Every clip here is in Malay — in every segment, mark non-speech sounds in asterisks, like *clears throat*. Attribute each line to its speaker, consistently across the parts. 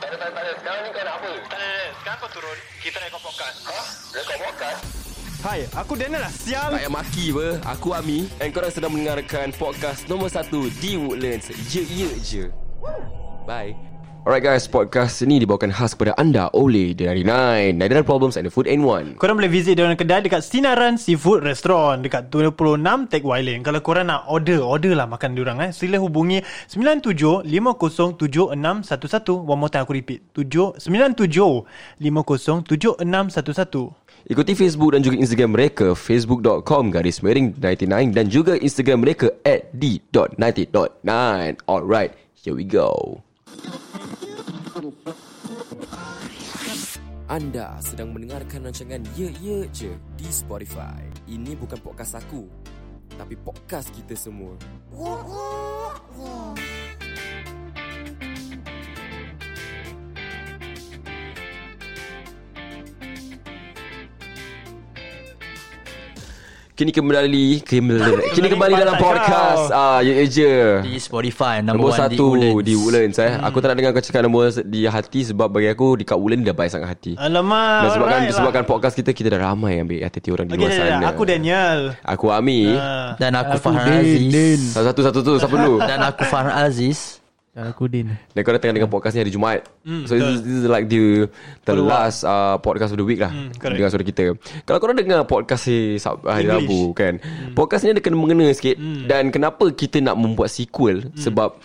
Speaker 1: tak ada. Sekarang ni kau nak apa?
Speaker 2: Tak ada, Eh, sekarang kau turun. Kita rekod podcast.
Speaker 1: Ha? Rekod podcast?
Speaker 3: Hai, aku Daniel lah sial.
Speaker 4: Tak payah maki apa Aku Ami And korang sedang mendengarkan Podcast nombor 1 Di Woodlands Ye ye je Bye Alright guys, podcast ini dibawakan khas kepada anda oleh The 99 99 Problems and the Food and One
Speaker 3: Korang boleh visit diorang kedai dekat Sinaran Seafood Restaurant dekat 26 Teck Wai Lane. Kalau korang nak order, order lah makan diorang eh. Sila hubungi 97507611. One more time aku repeat. 7 97507611.
Speaker 4: Ikuti Facebook dan juga Instagram mereka Facebook.com garis miring 99 Dan juga Instagram mereka at d.90.9 Alright, here we go Anda sedang mendengarkan rancangan Ya, Ye Ye Je di Spotify Ini bukan podcast aku Tapi podcast kita semua Kini kembali Kembali, kini kembali dalam
Speaker 3: patah
Speaker 4: podcast
Speaker 3: kau.
Speaker 4: ah, Ye Ye Je
Speaker 5: Di Spotify Number,
Speaker 4: Nombor
Speaker 5: one
Speaker 4: satu
Speaker 5: di Woodlands.
Speaker 4: di Woodlands eh. Aku tak nak dengar kau cakap nombor se- di hati sebab bagi aku dekat Woodlands dah baik sangat hati.
Speaker 3: Alamak.
Speaker 4: Dan sebabkan
Speaker 3: Ah, alright lah.
Speaker 4: sebabkan podcast kita kita dah ramai ambil hati orang
Speaker 3: Okay,
Speaker 4: di luar
Speaker 3: dah, dah,
Speaker 4: sana.
Speaker 3: dah. aku Daniel.
Speaker 4: Aku Ami.
Speaker 3: Ah.
Speaker 5: Dan aku, Farhan Aziz
Speaker 4: Salah satu satu tu siapa dulu?
Speaker 5: Dan aku Farhan Aziz
Speaker 6: Aku Din
Speaker 4: Dan korang tengah dengar podcast ni hari Jumaat So this, this is like the The last uh, podcast of the week lah
Speaker 3: correct.
Speaker 4: Dengan saudara kita Kalau korang dengar podcast ni Sab- Hari Rabu kan Podcast ni ada kena mengena sikit Dan kenapa kita nak membuat sequel Sebab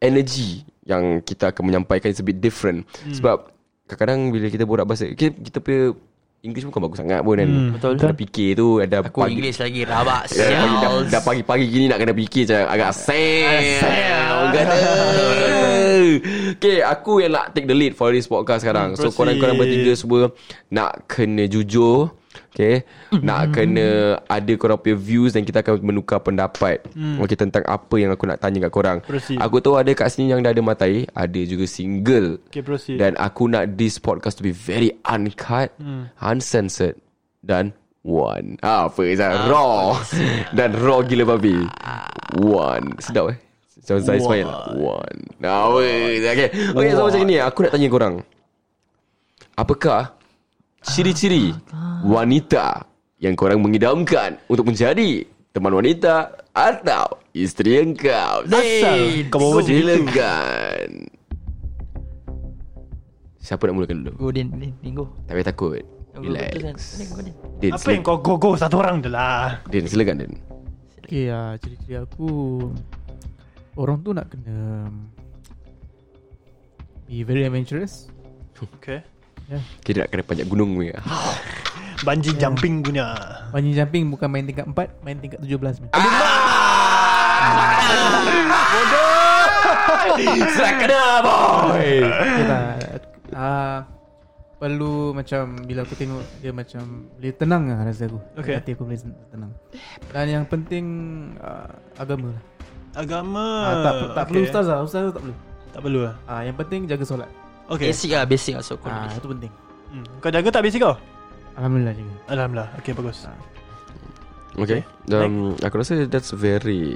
Speaker 4: Energy Yang kita akan menyampaikan Is a bit different Sebab Kadang-kadang bila kita borak bahasa Kita, kita punya English bukan bagus sangat pun kan Betul Ada fikir tu Ada
Speaker 5: Aku English lagi Rabak
Speaker 4: Dah,
Speaker 3: Ya
Speaker 5: Sial
Speaker 4: pagi, dah, dah pagi-pagi gini nak kena fikir macam agak sel.
Speaker 3: *laughs*
Speaker 4: Kata. Okay, aku yang nak take the lead for this podcast sekarang. so,
Speaker 3: proceed.
Speaker 4: korang-korang bertiga semua nak kena jujur. Okay
Speaker 3: Mm-hmm.
Speaker 4: Nak kena Ada korang punya views Dan kita akan menukar pendapat Okay tentang apa yang aku nak tanya kat korang
Speaker 3: Mm. Proceed.
Speaker 4: Aku tahu ada kat sini yang dah ada matai Ada juga single
Speaker 3: Okay, proceed.
Speaker 4: Dan aku nak this podcast to be very uncut Uncensored Dan one ah, Apa Izzah ah, Raw *laughs* Dan raw gila babi One Sedap eh Macam Zai Ismail One ah, apa Izzah? Okay, okay so macam ni Aku nak tanya korang Apakah Ciri-ciri
Speaker 3: Ah,
Speaker 4: Wanita Yang korang mengidamkan Untuk menjadi Teman wanita Atau Isteri engkau
Speaker 3: Asal kau bawa macam itu?
Speaker 4: Silakan Siapa nak mulakan dulu?
Speaker 5: Go Din Din Din go
Speaker 4: Tak payah takut Relax Din,
Speaker 3: Apa
Speaker 4: sila-
Speaker 3: yang kau go-go satu orang je lah.
Speaker 4: Din silakan Din
Speaker 6: Okay lah Ciri-ciri aku Orang tu nak kena um, Be very adventurous
Speaker 3: Okay.
Speaker 4: Kita nak kena panjat gunung ni
Speaker 3: *gasps* Banji
Speaker 6: Hmm.
Speaker 3: jumping punya.
Speaker 6: Bungee jumping bukan main tingkat 4 Main tingkat 17 ni
Speaker 4: Ah! *laughs* Silakan kena boy
Speaker 6: Okay lah Ah, Perlu macam Bila aku tengok Dia macam Boleh tenang lah rasa aku
Speaker 3: Okay.
Speaker 6: Hati aku boleh tenang Dan yang penting ah, Agama lah
Speaker 3: Agama.
Speaker 6: Ah, Tak, tak perlu
Speaker 3: Okay.
Speaker 6: ustaz lah Ustaz tu tak perlu
Speaker 3: Tak perlu lah.
Speaker 6: Ah, Yang penting jaga solat
Speaker 3: Okay.
Speaker 5: Basic lah Basic lah so aku
Speaker 6: ah,
Speaker 5: English.
Speaker 6: Itu penting
Speaker 3: Hmm. Kau jaga tak basic kau?
Speaker 6: Alhamdulillah jaga
Speaker 3: Alhamdulillah. Okay, bagus.
Speaker 4: Okay um, Aku rasa that's very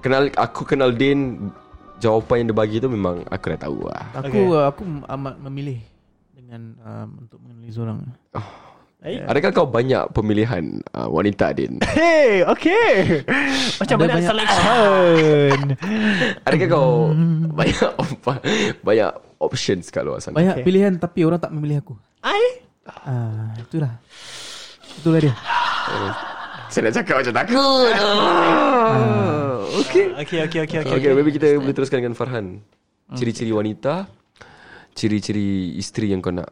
Speaker 4: Kenal Aku kenal Din Jawapan yang dia bagi tu memang Aku dah tahu lah
Speaker 6: Aku
Speaker 3: Okay.
Speaker 6: okay. aku amat memilih dengan um, untuk mengenali seorang.
Speaker 3: Baik.
Speaker 4: Adakah kau banyak pemilihan uh, wanita Din?
Speaker 3: Hey, okay. Macam
Speaker 6: Ada
Speaker 3: mana
Speaker 6: banyak-
Speaker 3: selection?
Speaker 4: Adakah kau banyak banyak options kat luar sana?
Speaker 6: Banyak
Speaker 3: Okay.
Speaker 6: okay. pilihan tapi orang tak memilih aku.
Speaker 3: *laughs* I?
Speaker 6: Ah, itulah. Itulah dia.
Speaker 4: Saya nak cakap macam takut Okay
Speaker 3: Okay, okay, okay, okay.
Speaker 4: Okay maybe kita boleh teruskan dengan Farhan Ciri-ciri wanita Ciri-ciri isteri yang kau nak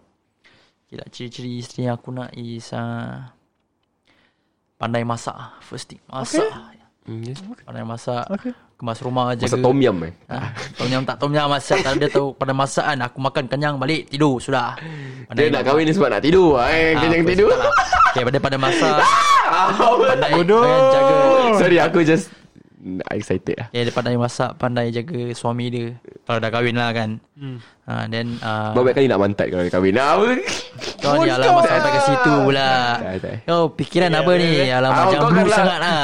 Speaker 5: Okay lah Ciri-ciri isteri yang aku nak is ah, Pandai masak ah. First thing Masak
Speaker 4: hmm, yes.
Speaker 5: Pandai masak Kemas rumah jaga
Speaker 4: Masak tom yum eh
Speaker 5: Ah, Tom yam tak tom yam masak tak dia tahu pada masakan aku makan kenyang balik tidur sudah.
Speaker 4: Dia nak kahwin ni sebab nak tidur lah eh Kenyang
Speaker 5: aku
Speaker 4: tidur Ah,
Speaker 5: tak lah. Okay, pada pada
Speaker 4: *laughs*
Speaker 5: masak pandai
Speaker 4: Bodoh
Speaker 5: pandai jaga.
Speaker 4: Sorry aku just I excited lah
Speaker 5: Yeah, dia pandai masak, pandai jaga suami dia. Kalau dah kahwin lah kan. Hmm. Uh, then uh,
Speaker 4: Bapak kali nak mantat kalau dia kahwin Nah, apa?
Speaker 5: kau ni alam masak sampai ke situ pula.
Speaker 4: Tak, tak.
Speaker 5: Kau pikiran apa ni? Alam
Speaker 4: Ah,
Speaker 5: macam
Speaker 4: kau
Speaker 5: blue
Speaker 4: *laughs* kan lah.
Speaker 5: sangat lah.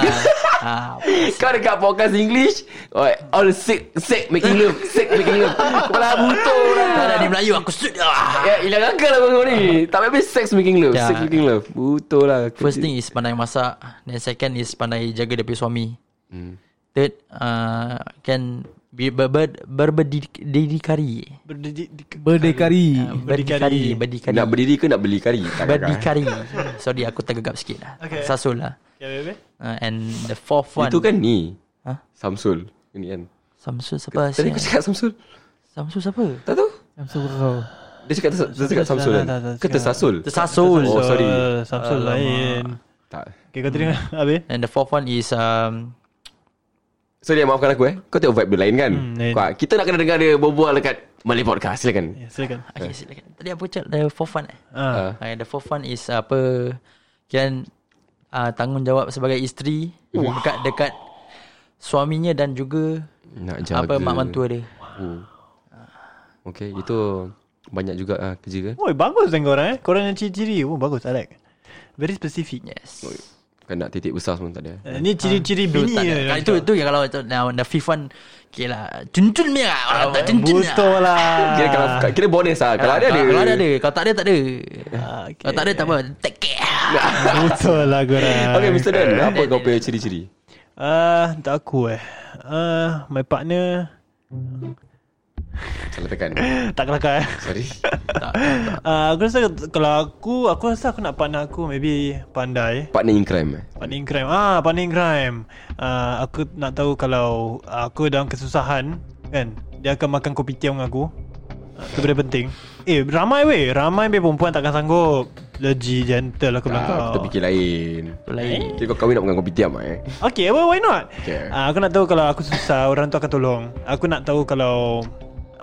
Speaker 5: Ah,
Speaker 4: *laughs* Kau dekat podcast English Alright All sick Sick making love Sick making love Kepala butuh lah
Speaker 5: tak ada di Melayu aku shoot. Ah.
Speaker 4: Ya ilang akal lah kau ni Tak habis sex making love
Speaker 5: Ya.
Speaker 4: Sex making love Butuh lah
Speaker 5: First thing is pandai masak Then second is pandai jaga dia punya suami
Speaker 4: Hmm.
Speaker 5: Third uh, Can be, ber, ber, Berberdikari Uh,
Speaker 3: Berdiri
Speaker 6: Berdekari
Speaker 5: Berdikari
Speaker 3: Ya, Berdikari.
Speaker 5: Berdikari
Speaker 4: Nak berdiri ke nak beli kari Tak ada kan?
Speaker 5: Berdikari Sorry aku tergagap sikit lah
Speaker 3: Okay.
Speaker 5: Sasul lah uh, And the fourth one
Speaker 4: Itu kan ni
Speaker 5: Hah?
Speaker 4: Samsul Ini kan
Speaker 5: Samsul
Speaker 4: Tadi
Speaker 5: siapa
Speaker 3: ya.
Speaker 5: Asia?
Speaker 4: kau cakap Samsul
Speaker 5: Samsul siapa
Speaker 4: Tak tahu
Speaker 6: I'm so wow.
Speaker 4: Dia cakap, tersa- dia cakap Samsul kan
Speaker 3: Tak, tak, tak,
Speaker 4: Ke tersasul
Speaker 5: Tersasul
Speaker 4: Oh, sorry.
Speaker 3: Samsul
Speaker 5: Alamak.
Speaker 3: lain
Speaker 4: Tak
Speaker 3: Okay kau teringat Habis
Speaker 5: And the fourth one is um,
Speaker 4: So dia maafkan aku eh Kau tengok vibe dia lain kan
Speaker 3: Hmm, lain.
Speaker 4: Kau- Kita nak kena dengar dia Berbual dekat Malay Podcast Silakan
Speaker 3: Ya, Silakan
Speaker 5: Okay
Speaker 4: Eh.
Speaker 5: silakan Tadi apa cakap The fourth one eh
Speaker 4: Ha.
Speaker 3: Ah,
Speaker 5: Uh, the fourth one is uh, apa Kian uh, tanggungjawab sebagai isteri wow. dekat dekat suaminya dan juga
Speaker 4: Nak jaga
Speaker 5: Jaga. apa mak mentua dia.
Speaker 4: Hmm. Okay, itu banyak juga ah kerja kan.
Speaker 3: Oi bagus kan korang eh Korang yang ciri-ciri Oh bagus I like Very specific
Speaker 5: Yes.
Speaker 4: Kan nak titik besar semua tak ada.
Speaker 3: Eh,
Speaker 5: Ah.
Speaker 3: Ni ciri-ciri
Speaker 5: Itu
Speaker 3: bini
Speaker 5: Ha. tak ada.
Speaker 3: je
Speaker 5: Kalau itu itu yang kalau itu now the fifth one okay lah cuncun ni lah. Kalau
Speaker 3: eh.
Speaker 5: tak cuncun lah.
Speaker 3: Butuh lah
Speaker 4: Kira kalau kira bonus lah. Kalau ada ada.
Speaker 5: Ah, Kalau ada ada, kalau tak ada tak ada.
Speaker 3: Ah, okay.
Speaker 5: Kalau tak ada tak apa. Take care.
Speaker 3: Butuh lah
Speaker 4: *laughs*
Speaker 3: korang
Speaker 4: Okay, Mr. Dan,
Speaker 5: Ah.
Speaker 4: apa kau punya ciri-ciri?
Speaker 3: Ah, Tak aku eh Ah, My partner
Speaker 4: Salah tekan.
Speaker 3: Tak kelakar
Speaker 4: *laughs*
Speaker 3: eh
Speaker 4: Sorry.
Speaker 3: Ah, Aku rasa Kalau aku Aku rasa aku nak partner aku Maybe pandai
Speaker 4: Partner in crime. eh?
Speaker 3: Partner in crime Ah, partner in crime Ah, Aku nak tahu kalau Aku dalam kesusahan Kan Dia akan makan kopi tiam dengan aku Ah, Itu benda penting Eh ramai weh Ramai weh perempuan takkan sanggup Legit gentle aku bilang
Speaker 4: Ah, kita
Speaker 3: kau
Speaker 4: fikir lain.
Speaker 5: Lain.
Speaker 4: Kira kau kahwin nak makan kopi tiam eh.
Speaker 3: Okay well why not
Speaker 4: Okay.
Speaker 3: Ah, Aku nak tahu kalau aku susah Orang tu akan tolong Aku nak tahu kalau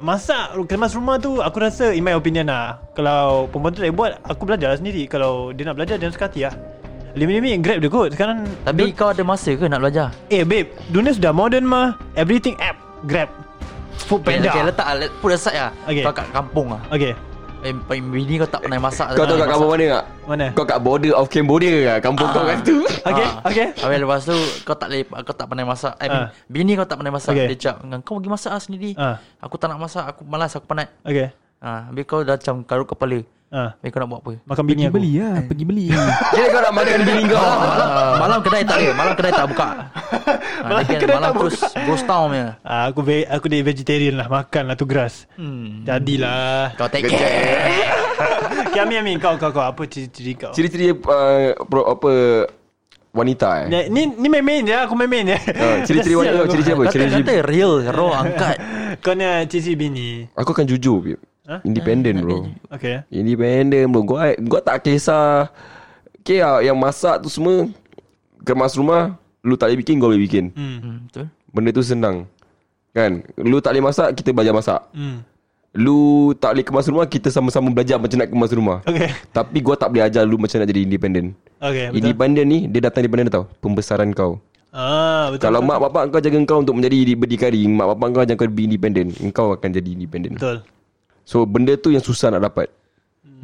Speaker 3: Masak Kemas rumah tu Aku rasa In my opinion lah Kalau perempuan tu tak boleh buat Aku belajar lah sendiri Kalau dia nak belajar Dia nak suka hati lah Limit-limit grab dia kot Sekarang
Speaker 5: Tapi kau ada masa ke nak belajar?
Speaker 3: Eh babe Dunia sudah modern mah Everything app Grab Food
Speaker 5: Okay,
Speaker 3: panda
Speaker 5: okay, letak lah, let- put aside lah.
Speaker 3: Okay.
Speaker 5: Kau kat kampung lah.
Speaker 3: Okay
Speaker 5: Eh, bini kau tak pernah masak. lah.
Speaker 4: Kau tahu kat
Speaker 5: Masak.
Speaker 4: kampung mana tak?
Speaker 3: Mana?
Speaker 4: Kau kat border of Cambodia lah. Kampung kau kat situ.
Speaker 3: Okay
Speaker 5: Ah.
Speaker 3: Okay
Speaker 5: Habis lepas tu Kau tak boleh Kau tak pandai masak I mean,
Speaker 3: Ah.
Speaker 5: Bini kau tak pandai masak
Speaker 3: Okay.
Speaker 5: Dia cakap dengan Kau pergi masak lah sendiri
Speaker 3: Ah.
Speaker 5: Aku tak nak masak Aku malas Aku penat
Speaker 3: Okay
Speaker 5: ha, Habis kau dah macam Karut kepala
Speaker 3: Ah,
Speaker 5: Habis kau nak buat apa
Speaker 3: Makan bini aku
Speaker 6: Beli lah Pergi beli
Speaker 4: Kira kau nak makan bini kau.
Speaker 5: Ah, Malam kedai tak ada Malam kedai tak buka ha, Malam kedai malam tak terus buka Ghost town punya
Speaker 3: Ah, aku ve- aku dia vegetarian lah Makan lah tu grass
Speaker 5: hmm.
Speaker 3: Jadilah
Speaker 5: Kau take care
Speaker 3: *laughs* Okay Amin Amin Kau kau kau Apa ciri-ciri kau
Speaker 4: Ciri-ciri uh, pro- apa wanita eh.
Speaker 3: Ni ni, ni main-main je Aku main-main je
Speaker 4: Ah,
Speaker 3: *laughs*
Speaker 4: Ciri-ciri
Speaker 3: Dah sial
Speaker 4: wanita.
Speaker 3: aku.
Speaker 4: Ciri-ciri apa? Ciri-ciri
Speaker 5: Kata-kata real Raw angkat
Speaker 3: Kau ni ciri bini
Speaker 4: Aku akan jujur babe.
Speaker 3: Huh?
Speaker 4: Independent bro
Speaker 3: Okay
Speaker 4: Independent bro Gua, gua tak kisah Okay lah, yang masak tu semua Kemas rumah Lu tak boleh bikin Gua boleh bikin
Speaker 5: hmm, Betul
Speaker 4: Benda tu senang Kan Lu tak boleh masak Kita belajar masak
Speaker 3: hmm.
Speaker 4: Lu tak boleh kemas rumah Kita sama-sama belajar Macam nak kemas rumah
Speaker 3: Okay
Speaker 4: Tapi gua tak boleh ajar Lu macam nak jadi independent
Speaker 3: Okay Ya, betul
Speaker 4: Independent ni Dia datang daripada mana tau Pembesaran kau
Speaker 3: Ah betul
Speaker 4: Kalau mak bapak kau jaga kau Untuk menjadi berdikari Mak bapak kau jangan kau be independent Kau akan jadi independent
Speaker 3: Betul
Speaker 4: So benda tu yang susah nak dapat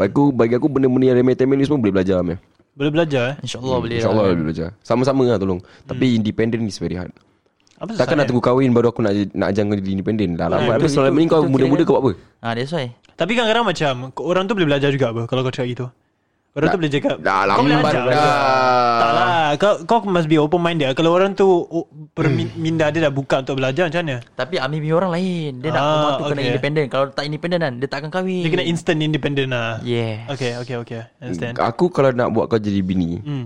Speaker 4: Bagi aku, bagi aku benda-benda yang remeh-temeh ni semua boleh belajar Amir
Speaker 3: Boleh belajar eh
Speaker 5: InsyaAllah boleh lah.
Speaker 4: InsyaAllah boleh belajar Sama-sama lah tolong Tapi independent is very hard
Speaker 3: Apa Hmm. susah Hmm.
Speaker 4: Takkan nak
Speaker 3: eh?
Speaker 4: tunggu kahwin baru aku nak nak ajar kau jadi independent lah
Speaker 5: Betul,
Speaker 4: lama Habis
Speaker 5: betul.
Speaker 4: selama ni
Speaker 5: Itu-
Speaker 4: kau
Speaker 5: itu
Speaker 4: muda-muda
Speaker 5: kira-
Speaker 4: kau buat apa?
Speaker 5: Ah, That's why
Speaker 3: Tapi kadang-kadang macam Orang tu boleh belajar juga apa Kalau kau cakap gitu Orang tu boleh cakap
Speaker 4: Dah
Speaker 3: Kau boleh
Speaker 4: lambat
Speaker 3: ajar
Speaker 4: dah
Speaker 3: Tak lah Kau, kau must be open minded Kalau orang tu oh,
Speaker 4: Hmm.
Speaker 3: Perminda dia dah buka Untuk belajar macam mana
Speaker 5: Tapi Amir punya orang lain Dia nak
Speaker 3: Ah,
Speaker 5: rumah tu kena
Speaker 3: okay.
Speaker 5: independent Kalau tak independent kan Dia tak akan kahwin
Speaker 3: Dia kena
Speaker 4: Hmm.
Speaker 3: instant independent lah
Speaker 5: Yes.
Speaker 3: Okay okay okay Understand
Speaker 4: Aku kalau nak buat kau jadi
Speaker 3: kan?
Speaker 4: bini
Speaker 3: Hmm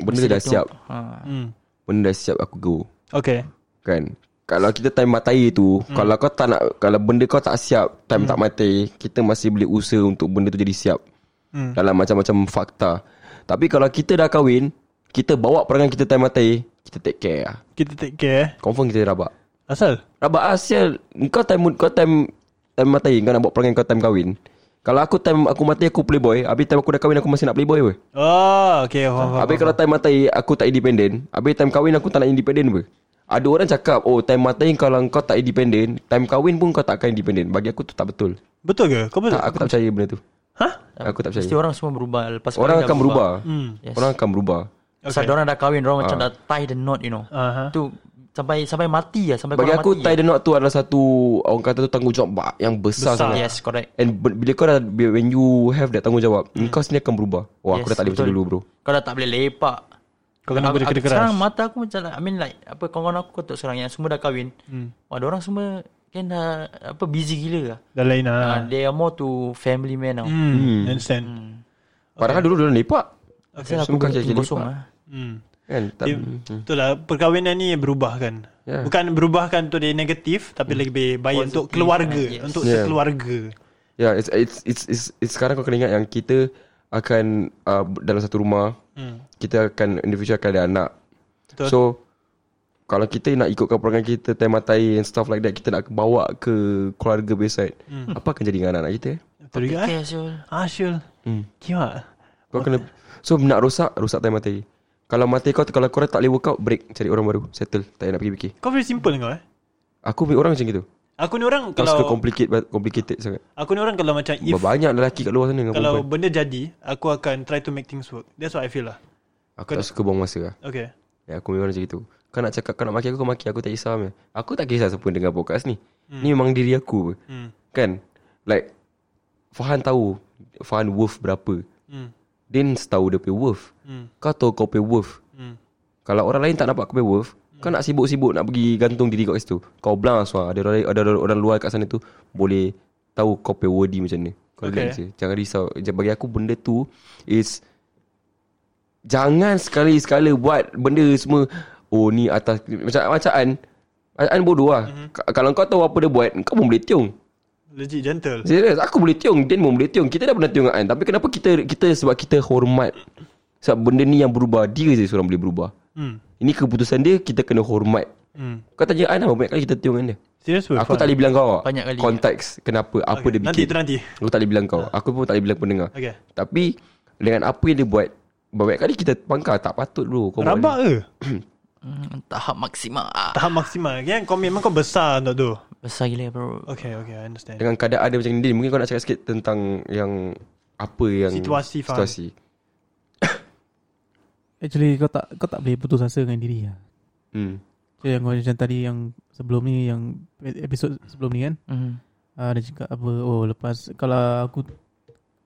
Speaker 4: Benda dah siap
Speaker 5: ha.
Speaker 3: Hmm
Speaker 4: Benda dah siap aku go
Speaker 3: Okay
Speaker 4: Kan Kalau kita time matai tu Kalau kau tak nak Kalau benda kau tak siap Time tak matai Kita masih boleh usaha Untuk benda tu jadi siap
Speaker 3: Hmm.
Speaker 4: Dalam macam-macam fakta Tapi kalau kita dah kahwin Kita bawa perangai kita time matai Kita take care lah
Speaker 3: Kita take care eh.
Speaker 4: Confirm kita rabak
Speaker 3: Asal
Speaker 4: Rabak asal Kau time Kau time Time matai Kau nak bawa perangai kau time kahwin Kalau aku time aku mati aku playboy Habis time aku dah kahwin aku masih nak playboy weh
Speaker 3: Oh okay faham, faham,
Speaker 4: Habis kalau time matai Aku tak independent Habis time kahwin Aku tak nak independent pun Ada orang cakap Oh time matai Kalau kau tak independent Time kahwin pun kau tak akan independent Bagi aku tu tak betul
Speaker 3: Betul ke? Kau betul? Ya.
Speaker 4: tak, Aku tak percaya benda tu
Speaker 3: Hah?
Speaker 4: Aku tak
Speaker 5: Mesti
Speaker 4: percaya
Speaker 5: orang semua berubah Lepas
Speaker 4: Orang
Speaker 5: kahwin
Speaker 4: akan
Speaker 5: dah
Speaker 4: berubah
Speaker 3: Hmm.
Speaker 5: Yes.
Speaker 4: Orang akan berubah
Speaker 5: Okay. Sebab diorang dah kahwin, diorang uh. macam dah tie the knot, you know. Uh.
Speaker 3: Aha.
Speaker 5: Tu sampai sampai mati lah, sampai
Speaker 4: Bagi
Speaker 5: korang
Speaker 4: aku
Speaker 3: ya.
Speaker 5: mati.
Speaker 4: tie the knot tu adalah satu Orang kata tu tanggungjawab ba- yang besar,
Speaker 3: Besar.
Speaker 4: sangat
Speaker 5: Yes, correct.
Speaker 4: And b- bila kau dah When you have that tanggungjawab
Speaker 3: Hmm.
Speaker 4: mm. Kau sendiri akan berubah Wah yes, aku
Speaker 5: Yes,
Speaker 4: dah tak boleh macam
Speaker 5: betul.
Speaker 4: dulu bro
Speaker 5: Kau dah tak boleh lepak.
Speaker 3: Kau kena
Speaker 5: Aku-
Speaker 3: kerja
Speaker 5: aku-
Speaker 3: keras.
Speaker 5: Sekarang mata aku macam like, I mean like apa kawan-kawan aku tu sekarang yang semua dah kahwin. Hmm. Wah, orang semua kan dah apa busy gila lah.
Speaker 3: Dah lain
Speaker 5: Uh,
Speaker 3: lah.
Speaker 5: they are more to family man now. Hmm.
Speaker 3: Hmm, understand.
Speaker 4: Padahal dulu dulu lepak
Speaker 5: Okay, aku
Speaker 4: Semua kaki
Speaker 5: kaki
Speaker 4: lepak.
Speaker 5: kosong lah.
Speaker 3: Hmm.
Speaker 4: Kan tak,
Speaker 3: Dia, betul lah Perkahwinan ni berubah kan
Speaker 4: Ya. Hmm.
Speaker 3: Bukan berubah kan Untuk dia negatif Tapi lebih baik Untuk keluarga
Speaker 5: Yes.
Speaker 3: Untuk
Speaker 4: Ya.
Speaker 3: sekeluarga
Speaker 4: Ya, yeah, it's, it's it's it's it's sekarang kau kena ingat yang kita akan uh, dalam satu rumah. Hmm. Kita akan in the future akan ada anak.
Speaker 3: Betul.
Speaker 4: So kalau kita nak ikutkan perangai kita Time matai and stuff like that Kita nak bawa ke keluarga beside hmm. Apa akan jadi dengan anak-anak kita eh?
Speaker 3: Betul juga eh
Speaker 5: Okay, so
Speaker 3: Ah Syul hmm. Kimak
Speaker 4: Kau kena So nak rosak Rosak time matai Kalau matai kau Kalau korang tak boleh workout Break Cari orang baru Settle Tak payah nak fikir-fikir
Speaker 3: Kau very simple kau eh
Speaker 4: Aku ambil orang macam gitu
Speaker 3: Aku ni orang
Speaker 4: Kau suka
Speaker 3: Kalau
Speaker 4: complicate, complicated sangat
Speaker 3: Aku ni orang kalau macam If
Speaker 4: Banyak lelaki kat luar sana dengan
Speaker 3: Kalau
Speaker 4: perempuan
Speaker 3: benda jadi Aku akan try to make things work That's what I feel lah
Speaker 4: Aku tak suka buang masa lah
Speaker 3: Okay
Speaker 4: Ya, aku memang macam itu. Kau nak cakap, kau nak maki aku, kau maki aku tak kisah. Man. Aku tak kisah siapa dengar podcast ni. Hmm. Ni memang diri aku. Hmm. Kan? Like, Fahan tahu Fahan worth berapa.
Speaker 3: Hmm.
Speaker 4: Din tahu dia punya worth. Hmm. Kau tahu kau punya worth. Hmm. Kalau orang lain tak nampak kau punya worth, hmm. kau nak sibuk-sibuk nak pergi gantung diri kau kat situ. Kau belang semua. Ada orang, ada orang- orang luar kat sana tu boleh tahu kau punya worthy macam ni. Kau
Speaker 3: Okay.
Speaker 4: okay. je. Jangan risau. Ja- Bagi aku benda tu is Jangan sekali-sekala buat benda semua Oh ni atas Macam macam An An bodoh lah mm-hmm. Kalau kau tahu apa dia buat Kau pun boleh tiung
Speaker 3: Legit gentle
Speaker 4: Serius aku boleh tiung Dan pun boleh tiung Kita dah pernah tiung dengan An Tapi kenapa kita Kita sebab kita hormat Sebab benda ni yang berubah Dia je seorang boleh berubah
Speaker 3: Hmm
Speaker 4: Ini keputusan dia Kita kena hormat
Speaker 3: Hmm
Speaker 4: Kau tanya An apa banyak kali kita tiung dengan dia
Speaker 3: Serius pun
Speaker 4: Aku tak boleh bilang kau awak.
Speaker 5: Banyak kali.
Speaker 4: Konteks Kenapa Apa dia
Speaker 3: ya. Nanti
Speaker 4: bikin
Speaker 3: tu nanti
Speaker 4: Aku tak boleh bilang kau Aku pun tak boleh bilang pendengar
Speaker 3: Okay
Speaker 4: Tapi Dengan apa yang dia buat Banyak kali kita pangkal Tak patut bro kau buat ni.
Speaker 3: Rabak ke
Speaker 5: mm, tahap maksima. Ah,
Speaker 3: Tahap maksimal Kan kau memang kau besar untuk tu
Speaker 5: besar gila bro.
Speaker 3: Okay okay I understand
Speaker 4: Dengan keadaan dia macam ni Mungkin kau nak cakap sikit tentang Yang Apa yang
Speaker 3: Situasi, faham.
Speaker 4: Situasi
Speaker 6: *laughs* Actually kau tak kau tak boleh putus asa dengan diri lah.
Speaker 4: hmm.
Speaker 6: So, yang kau macam tadi yang sebelum ni yang episod sebelum ni kan
Speaker 5: Mm.
Speaker 6: uh, dia cakap apa oh lepas kalau aku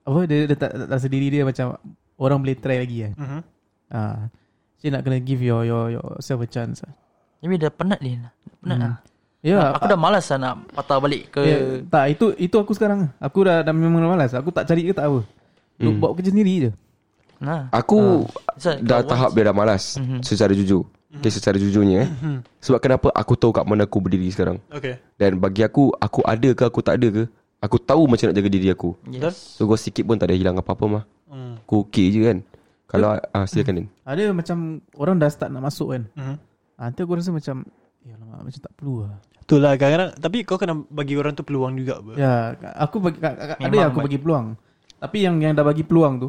Speaker 6: apa dia, dia tak, tak rasa diri dia macam orang boleh try lagi kan.
Speaker 3: Mhm.
Speaker 6: Ah. Uh, so nak kena give your your yourself a chance lah.
Speaker 5: Tapi dah penat ni lah. Penat lah.
Speaker 6: Ya, yeah,
Speaker 5: Aku dah malas lah nak patah balik ke
Speaker 6: Ya, tak itu itu aku sekarang. Aku dah dah memang dah malas. Aku tak cari ke tak apa. Duk buat kerja sendiri je.
Speaker 5: Nah.
Speaker 4: Aku
Speaker 5: It's
Speaker 3: Ah.
Speaker 5: like
Speaker 4: Dah
Speaker 5: kau
Speaker 4: tahap dia dah malas
Speaker 3: Mhm.
Speaker 4: mm-hmm. Secara jujur mm-hmm. Okay secara jujurnya eh mm-hmm. Sebab kenapa Aku tahu kat mana aku berdiri sekarang
Speaker 3: Okay
Speaker 4: Dan bagi aku Aku ada ke aku tak ada ke Aku tahu macam nak jaga diri aku
Speaker 5: Yes.
Speaker 4: So kau sikit pun tak ada hilang apa-apa mah mm.
Speaker 3: Hmm.
Speaker 4: Aku okay je kan Kalau ah, Silakan Din
Speaker 6: Ada macam orang dah start nak masuk kan.
Speaker 3: Mhm.
Speaker 6: Ah, Nanti aku rasa macam Ya lama macam tak perlu lah
Speaker 3: Itulah kadang-kadang Tapi kau kena bagi orang tu peluang juga apa?
Speaker 6: Ya aku bagi, ka- ka- Ada
Speaker 5: Memang,
Speaker 6: yang aku
Speaker 5: but-
Speaker 6: bagi peluang Tapi yang yang dah bagi peluang tu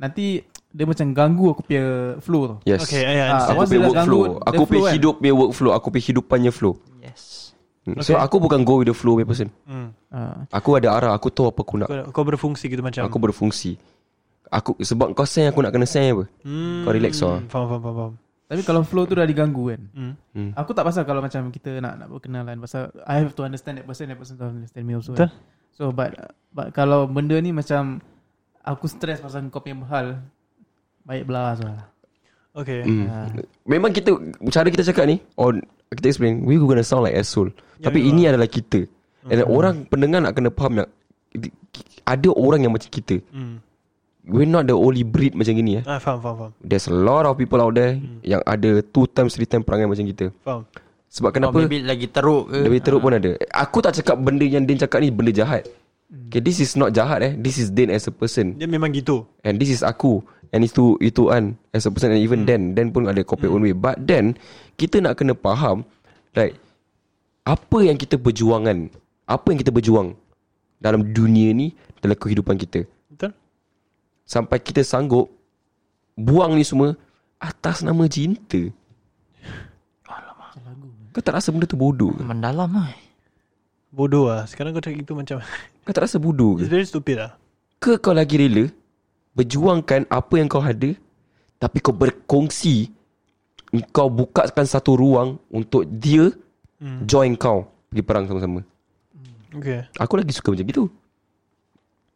Speaker 6: Nanti Dia macam ganggu aku punya flow tu
Speaker 4: Yes
Speaker 3: Okay I understand
Speaker 4: Aku
Speaker 6: Ah, once
Speaker 4: punya
Speaker 6: dia dah
Speaker 4: workflow
Speaker 6: ganggu,
Speaker 4: Aku
Speaker 6: dia flow
Speaker 3: eh?
Speaker 4: punya
Speaker 6: kan?
Speaker 4: hidup punya workflow Aku punya hidupannya flow
Speaker 5: Yes.
Speaker 4: Hmm. So aku bukan go with the flow punya person
Speaker 3: hmm.
Speaker 6: Ah,
Speaker 4: Aku ada arah Aku tahu apa aku nak
Speaker 3: kau, kau berfungsi gitu macam
Speaker 4: Aku berfungsi Aku Sebab kau sayang Aku nak kena sayang apa
Speaker 3: hmm.
Speaker 4: Kau relax lah
Speaker 3: Hmm, Faham faham faham, faham.
Speaker 6: Tapi kalau flow tu dah diganggu kan
Speaker 3: Hmm.
Speaker 4: Hmm.
Speaker 6: Aku tak pasal kalau macam kita nak nak berkenalan Pasal I have to understand that person That person to understand me also
Speaker 3: Betul.
Speaker 6: kan? So but, but Kalau benda ni macam Aku stress pasal kau punya hal Baik belah so lah Ah,
Speaker 3: Okay
Speaker 4: hmm. Memang kita Cara kita cakap ni On Kita explain We gonna sound like asshole Tapi ini adalah kita And orang pendengar nak kena faham yang Ada orang yang macam kita
Speaker 3: hmm.
Speaker 4: We're not the only breed macam gini eh.
Speaker 3: Ah, faham faham faham
Speaker 4: There's a lot of people out there Yang ada Two times three times perangai macam kita
Speaker 3: Faham
Speaker 4: Sebab
Speaker 5: Kenapa?
Speaker 4: kenapa
Speaker 5: Or Oh, maybe lagi teruk ke.
Speaker 4: Lebih teruk pun ada Aku tak cakap benda yang Din cakap ni Benda jahat Okay this is not jahat eh This is Din as a person
Speaker 3: Dia memang gitu
Speaker 4: And this is aku And itu itu an As a person And even then Then pun ada corporate own way But then Kita nak kena faham Like Apa yang kita berjuangan Apa yang kita berjuang Dalam dunia ni Dalam kehidupan kita
Speaker 3: Betul
Speaker 4: Sampai kita sanggup Buang ni semua Atas nama cinta Kau tak rasa benda tu bodoh ke?
Speaker 5: Mendalam lah.
Speaker 3: Bodoh lah Sekarang kau cakap gitu macam
Speaker 4: Kau tak rasa bodoh ke?
Speaker 3: It's very stupid lah
Speaker 4: Ke kau lagi rela Berjuangkan apa yang kau ada Tapi kau berkongsi Kau bukakan satu ruang Untuk dia hmm. Join kau Pergi perang sama-sama
Speaker 3: Okay
Speaker 4: Aku lagi suka macam gitu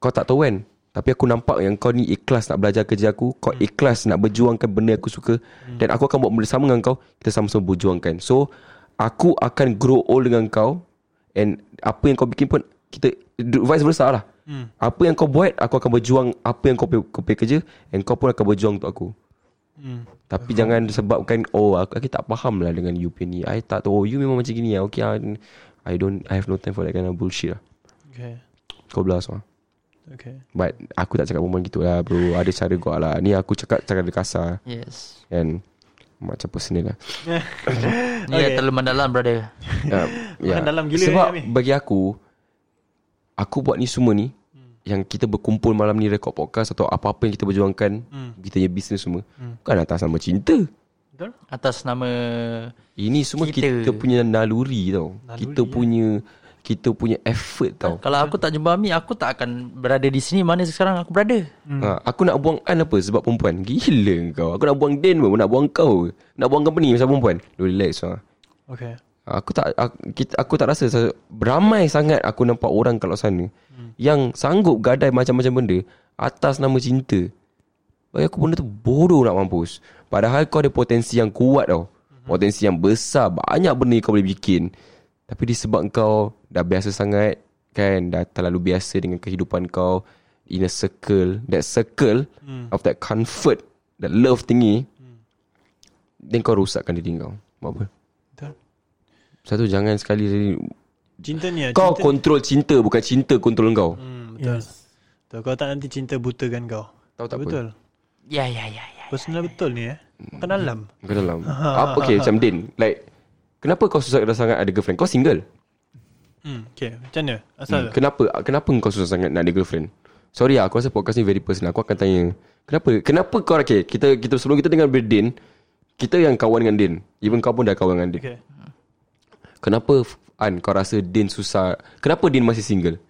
Speaker 4: Kau tak tahu kan Tapi aku nampak yang kau ni ikhlas nak belajar kerja aku Kau ikhlas nak berjuangkan benda yang aku suka Dan aku akan buat benda sama dengan kau Kita sama-sama berjuangkan So Aku akan grow old dengan kau And Apa yang kau bikin pun Kita Vice versa lah Apa yang kau buat Aku akan berjuang Apa yang kau punya, kau punya kerja And kau pun akan berjuang untuk aku tapi jangan sebabkan Oh aku, aku tak faham lah Dengan you punya ni I tak tahu Oh you memang macam gini lah Okay I, I don't I have no time for that kind of bullshit lah
Speaker 3: Okay
Speaker 4: Kau belas lah
Speaker 3: Okay
Speaker 4: But aku tak cakap perempuan gitu lah bro Ada cara kau lah Ni aku cakap cakap dia kasar
Speaker 5: Yes
Speaker 4: And Macam
Speaker 3: *laughs*
Speaker 4: personal lah Oh,
Speaker 5: Ni
Speaker 4: ya,
Speaker 5: okay. terlalu mendalam brother
Speaker 4: uh,
Speaker 3: Dalam gila
Speaker 4: Sebab
Speaker 3: ni, Ami.
Speaker 4: bagi aku Aku buat ni semua ni
Speaker 3: Hmm.
Speaker 4: Yang kita berkumpul malam ni Rekod podcast Atau apa-apa yang kita berjuangkan
Speaker 3: Hmm.
Speaker 4: Kita punya bisnes semua Bukan atas nama cinta
Speaker 5: Atas nama
Speaker 4: Ini semua kita, kita
Speaker 5: Kita.
Speaker 4: punya naluri tau Kita
Speaker 3: ya.
Speaker 4: punya Kita punya effort tau
Speaker 5: Kalau aku tak jumpa Ami Aku tak akan berada di sini Mana sekarang aku berada
Speaker 3: Hmm.
Speaker 4: Ha, aku nak buang An apa sebab perempuan Gila kau Aku nak buang Dan pun Nak buang kau ke? Nak buang company pasal perempuan Lu relax lah
Speaker 3: Okay
Speaker 4: Aku tak aku, kita, aku tak rasa sa- Ramai sangat aku nampak orang kat luar sana hmm. Yang sanggup gadai macam-macam benda Atas nama cinta Bagi aku benda tu bodoh nak mampus Padahal kau ada potensi yang kuat tau Potensi yang besar Banyak benda yang kau boleh bikin Tapi disebab kau dah biasa sangat Kan dah terlalu biasa dengan kehidupan kau In a circle That circle hmm. Of that comfort That love thingy hmm. Then kau rusakkan diri kau Buat apa
Speaker 3: Betul
Speaker 4: satu jangan sekali jadi
Speaker 3: Cinta ni lah
Speaker 4: Kau
Speaker 3: cinta,
Speaker 4: kontrol cinta Bukan cinta kontrol kau hmm.
Speaker 3: Hmm, Betul Betul Kau tak nanti cinta butakan kau
Speaker 4: Tahu tak
Speaker 3: Betul
Speaker 5: Ya ya ya ya
Speaker 3: Personal betul ni eh Makan dalam
Speaker 4: apa Kau
Speaker 3: *laughs*
Speaker 4: dalam Apa okay macam Din Like Kenapa kau susah sangat ada girlfriend Kau single
Speaker 3: Hmm Okay macam mana Asal
Speaker 4: hmm. Kenapa Kenapa kau susah sangat nak ada girlfriend Sorry lah Aku rasa podcast ni very personal Aku akan tanya Kenapa Kenapa kau Okay kita, kita sebelum kita dengan Din Kita yang kawan dengan Din Even kau pun dah kawan dengan Din
Speaker 3: Okay
Speaker 4: Kenapa An kau rasa Din susah Kenapa Din masih single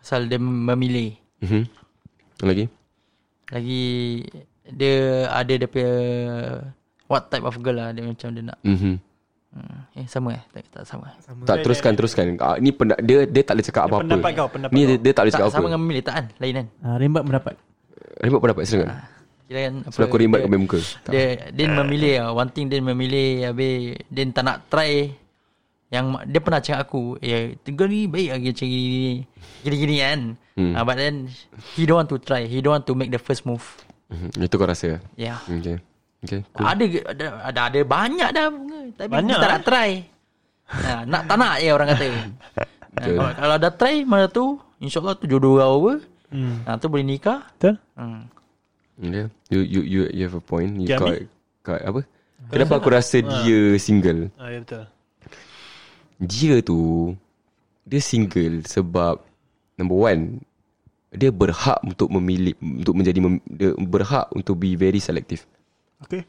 Speaker 5: Pasal dia memilih
Speaker 4: mm-hmm. Lagi
Speaker 5: Lagi Dia ada dia punya What type of girl lah Dia macam dia nak
Speaker 4: mm-hmm.
Speaker 5: hmm. Eh sama eh Tak, tak sama
Speaker 4: Tak teruskan teruskan Ah, Ni pendak, dia dia tak boleh cakap apa-apa
Speaker 3: pendapat kau, pendapat
Speaker 4: Ni dia,
Speaker 3: kau.
Speaker 4: dia tak boleh cakap
Speaker 5: Tak
Speaker 4: apa
Speaker 5: sama dengan memilih Tak kan Lain kan
Speaker 6: Ah, rembat pendapat.
Speaker 4: Rimbat pendapat silakan
Speaker 5: Kira kan apa,
Speaker 4: Sebab aku rimbat kau
Speaker 5: dia,
Speaker 4: punya muka Tak.
Speaker 5: dia, Din memilih lah One thing Din memilih Habis Din tak nak try Yang ma- Dia pernah cakap aku Ya Tegur ni baik lagi Macam gini Gini-gini kan hmm. uh, But then He don't want to try He don't want to make the first move
Speaker 4: Mhm, Itu kau rasa
Speaker 5: Yeah
Speaker 4: Okay Okay cool.
Speaker 5: Ada ada ada, ada banyak dah bunga tapi
Speaker 3: Banyak,
Speaker 5: banyak, tak
Speaker 3: eh?
Speaker 5: nak try. ha, nak tak nak je orang
Speaker 4: *laughs*
Speaker 5: kata. ha, kalau, kalau dah try mana tu insyaallah tu jodoh kau apa. Hmm. Ha, tu boleh nikah.
Speaker 3: Betul
Speaker 5: Hmm.
Speaker 4: Yeah. You, you you you have a point you
Speaker 3: Okay,
Speaker 4: kau,
Speaker 3: Abi.
Speaker 4: kau, apa? Kenapa aku rasa dia single
Speaker 3: ah, Ya betul
Speaker 4: Dia tu Dia single sebab Number one Dia berhak untuk memilih Untuk menjadi mem, Dia berhak untuk be very selective
Speaker 3: Okay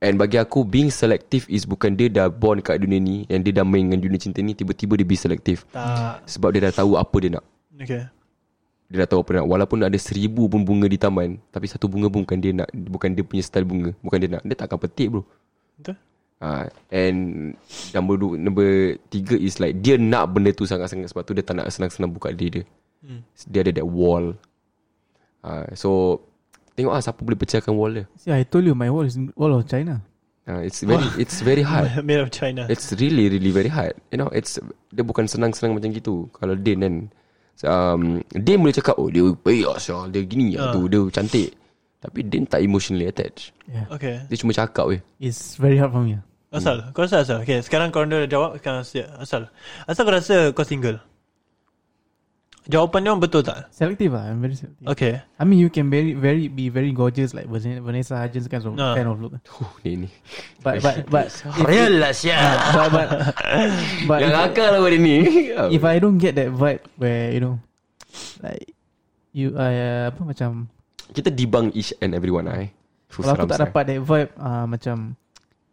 Speaker 4: And bagi aku Being selective is bukan dia dah born kat dunia ni And dia dah main dengan dunia cinta ni Tiba-tiba dia be selective
Speaker 3: Tak
Speaker 4: Sebab dia dah tahu apa dia nak
Speaker 3: Okay
Speaker 4: Dia dah tahu apa dia nak Walaupun ada seribu pun bunga di taman Tapi satu bunga pun bukan dia nak Bukan dia punya style bunga Bukan dia nak Dia tak akan petik bro
Speaker 3: Betul
Speaker 4: ha, And Number dua Number tiga is like Dia nak benda tu sangat-sangat Sebab tu dia tak nak senang-senang buka diri dia hmm. Dia ada that wall ha, So Tengok lah siapa boleh pecahkan wall dia
Speaker 6: See, I told you my wall is wall of China.
Speaker 4: ha, It's very It's very hard
Speaker 3: *laughs* Made of China
Speaker 4: It's really really very hard You know it's Dia bukan senang-senang macam gitu Kalau Din kan so, um, Din boleh cakap Oh dia baik lah sial Dia gini lah
Speaker 6: Ah.
Speaker 4: tu Dia cantik Tapi Din tak emotionally attached
Speaker 6: Yeah.
Speaker 3: Okay
Speaker 4: Dia cuma cakap weh
Speaker 6: It's very hard for me.
Speaker 3: Asal Kau rasa asal Okay sekarang korang dah jawab Sekarang saya- asal Asal kau rasa kau single Jawapan dia orang betul tak
Speaker 6: Selective ah, I'm very selective.
Speaker 3: Okay
Speaker 6: I mean, you can very, very be very gorgeous like Vanessa Vanessa Hudgens kind of
Speaker 3: Ah.
Speaker 6: kind of look.
Speaker 4: huh, Ni ni
Speaker 6: But
Speaker 3: *laughs*
Speaker 6: but but
Speaker 5: Real lah
Speaker 6: but
Speaker 5: siap.
Speaker 6: but, but
Speaker 4: Yang
Speaker 6: if,
Speaker 4: akal lah pada ni
Speaker 6: *laughs* if I don't get that vibe where you know, like you I uh, apa macam
Speaker 4: Kita debunk each and everyone lah eh
Speaker 6: kalau aku tak dapat that vibe uh, macam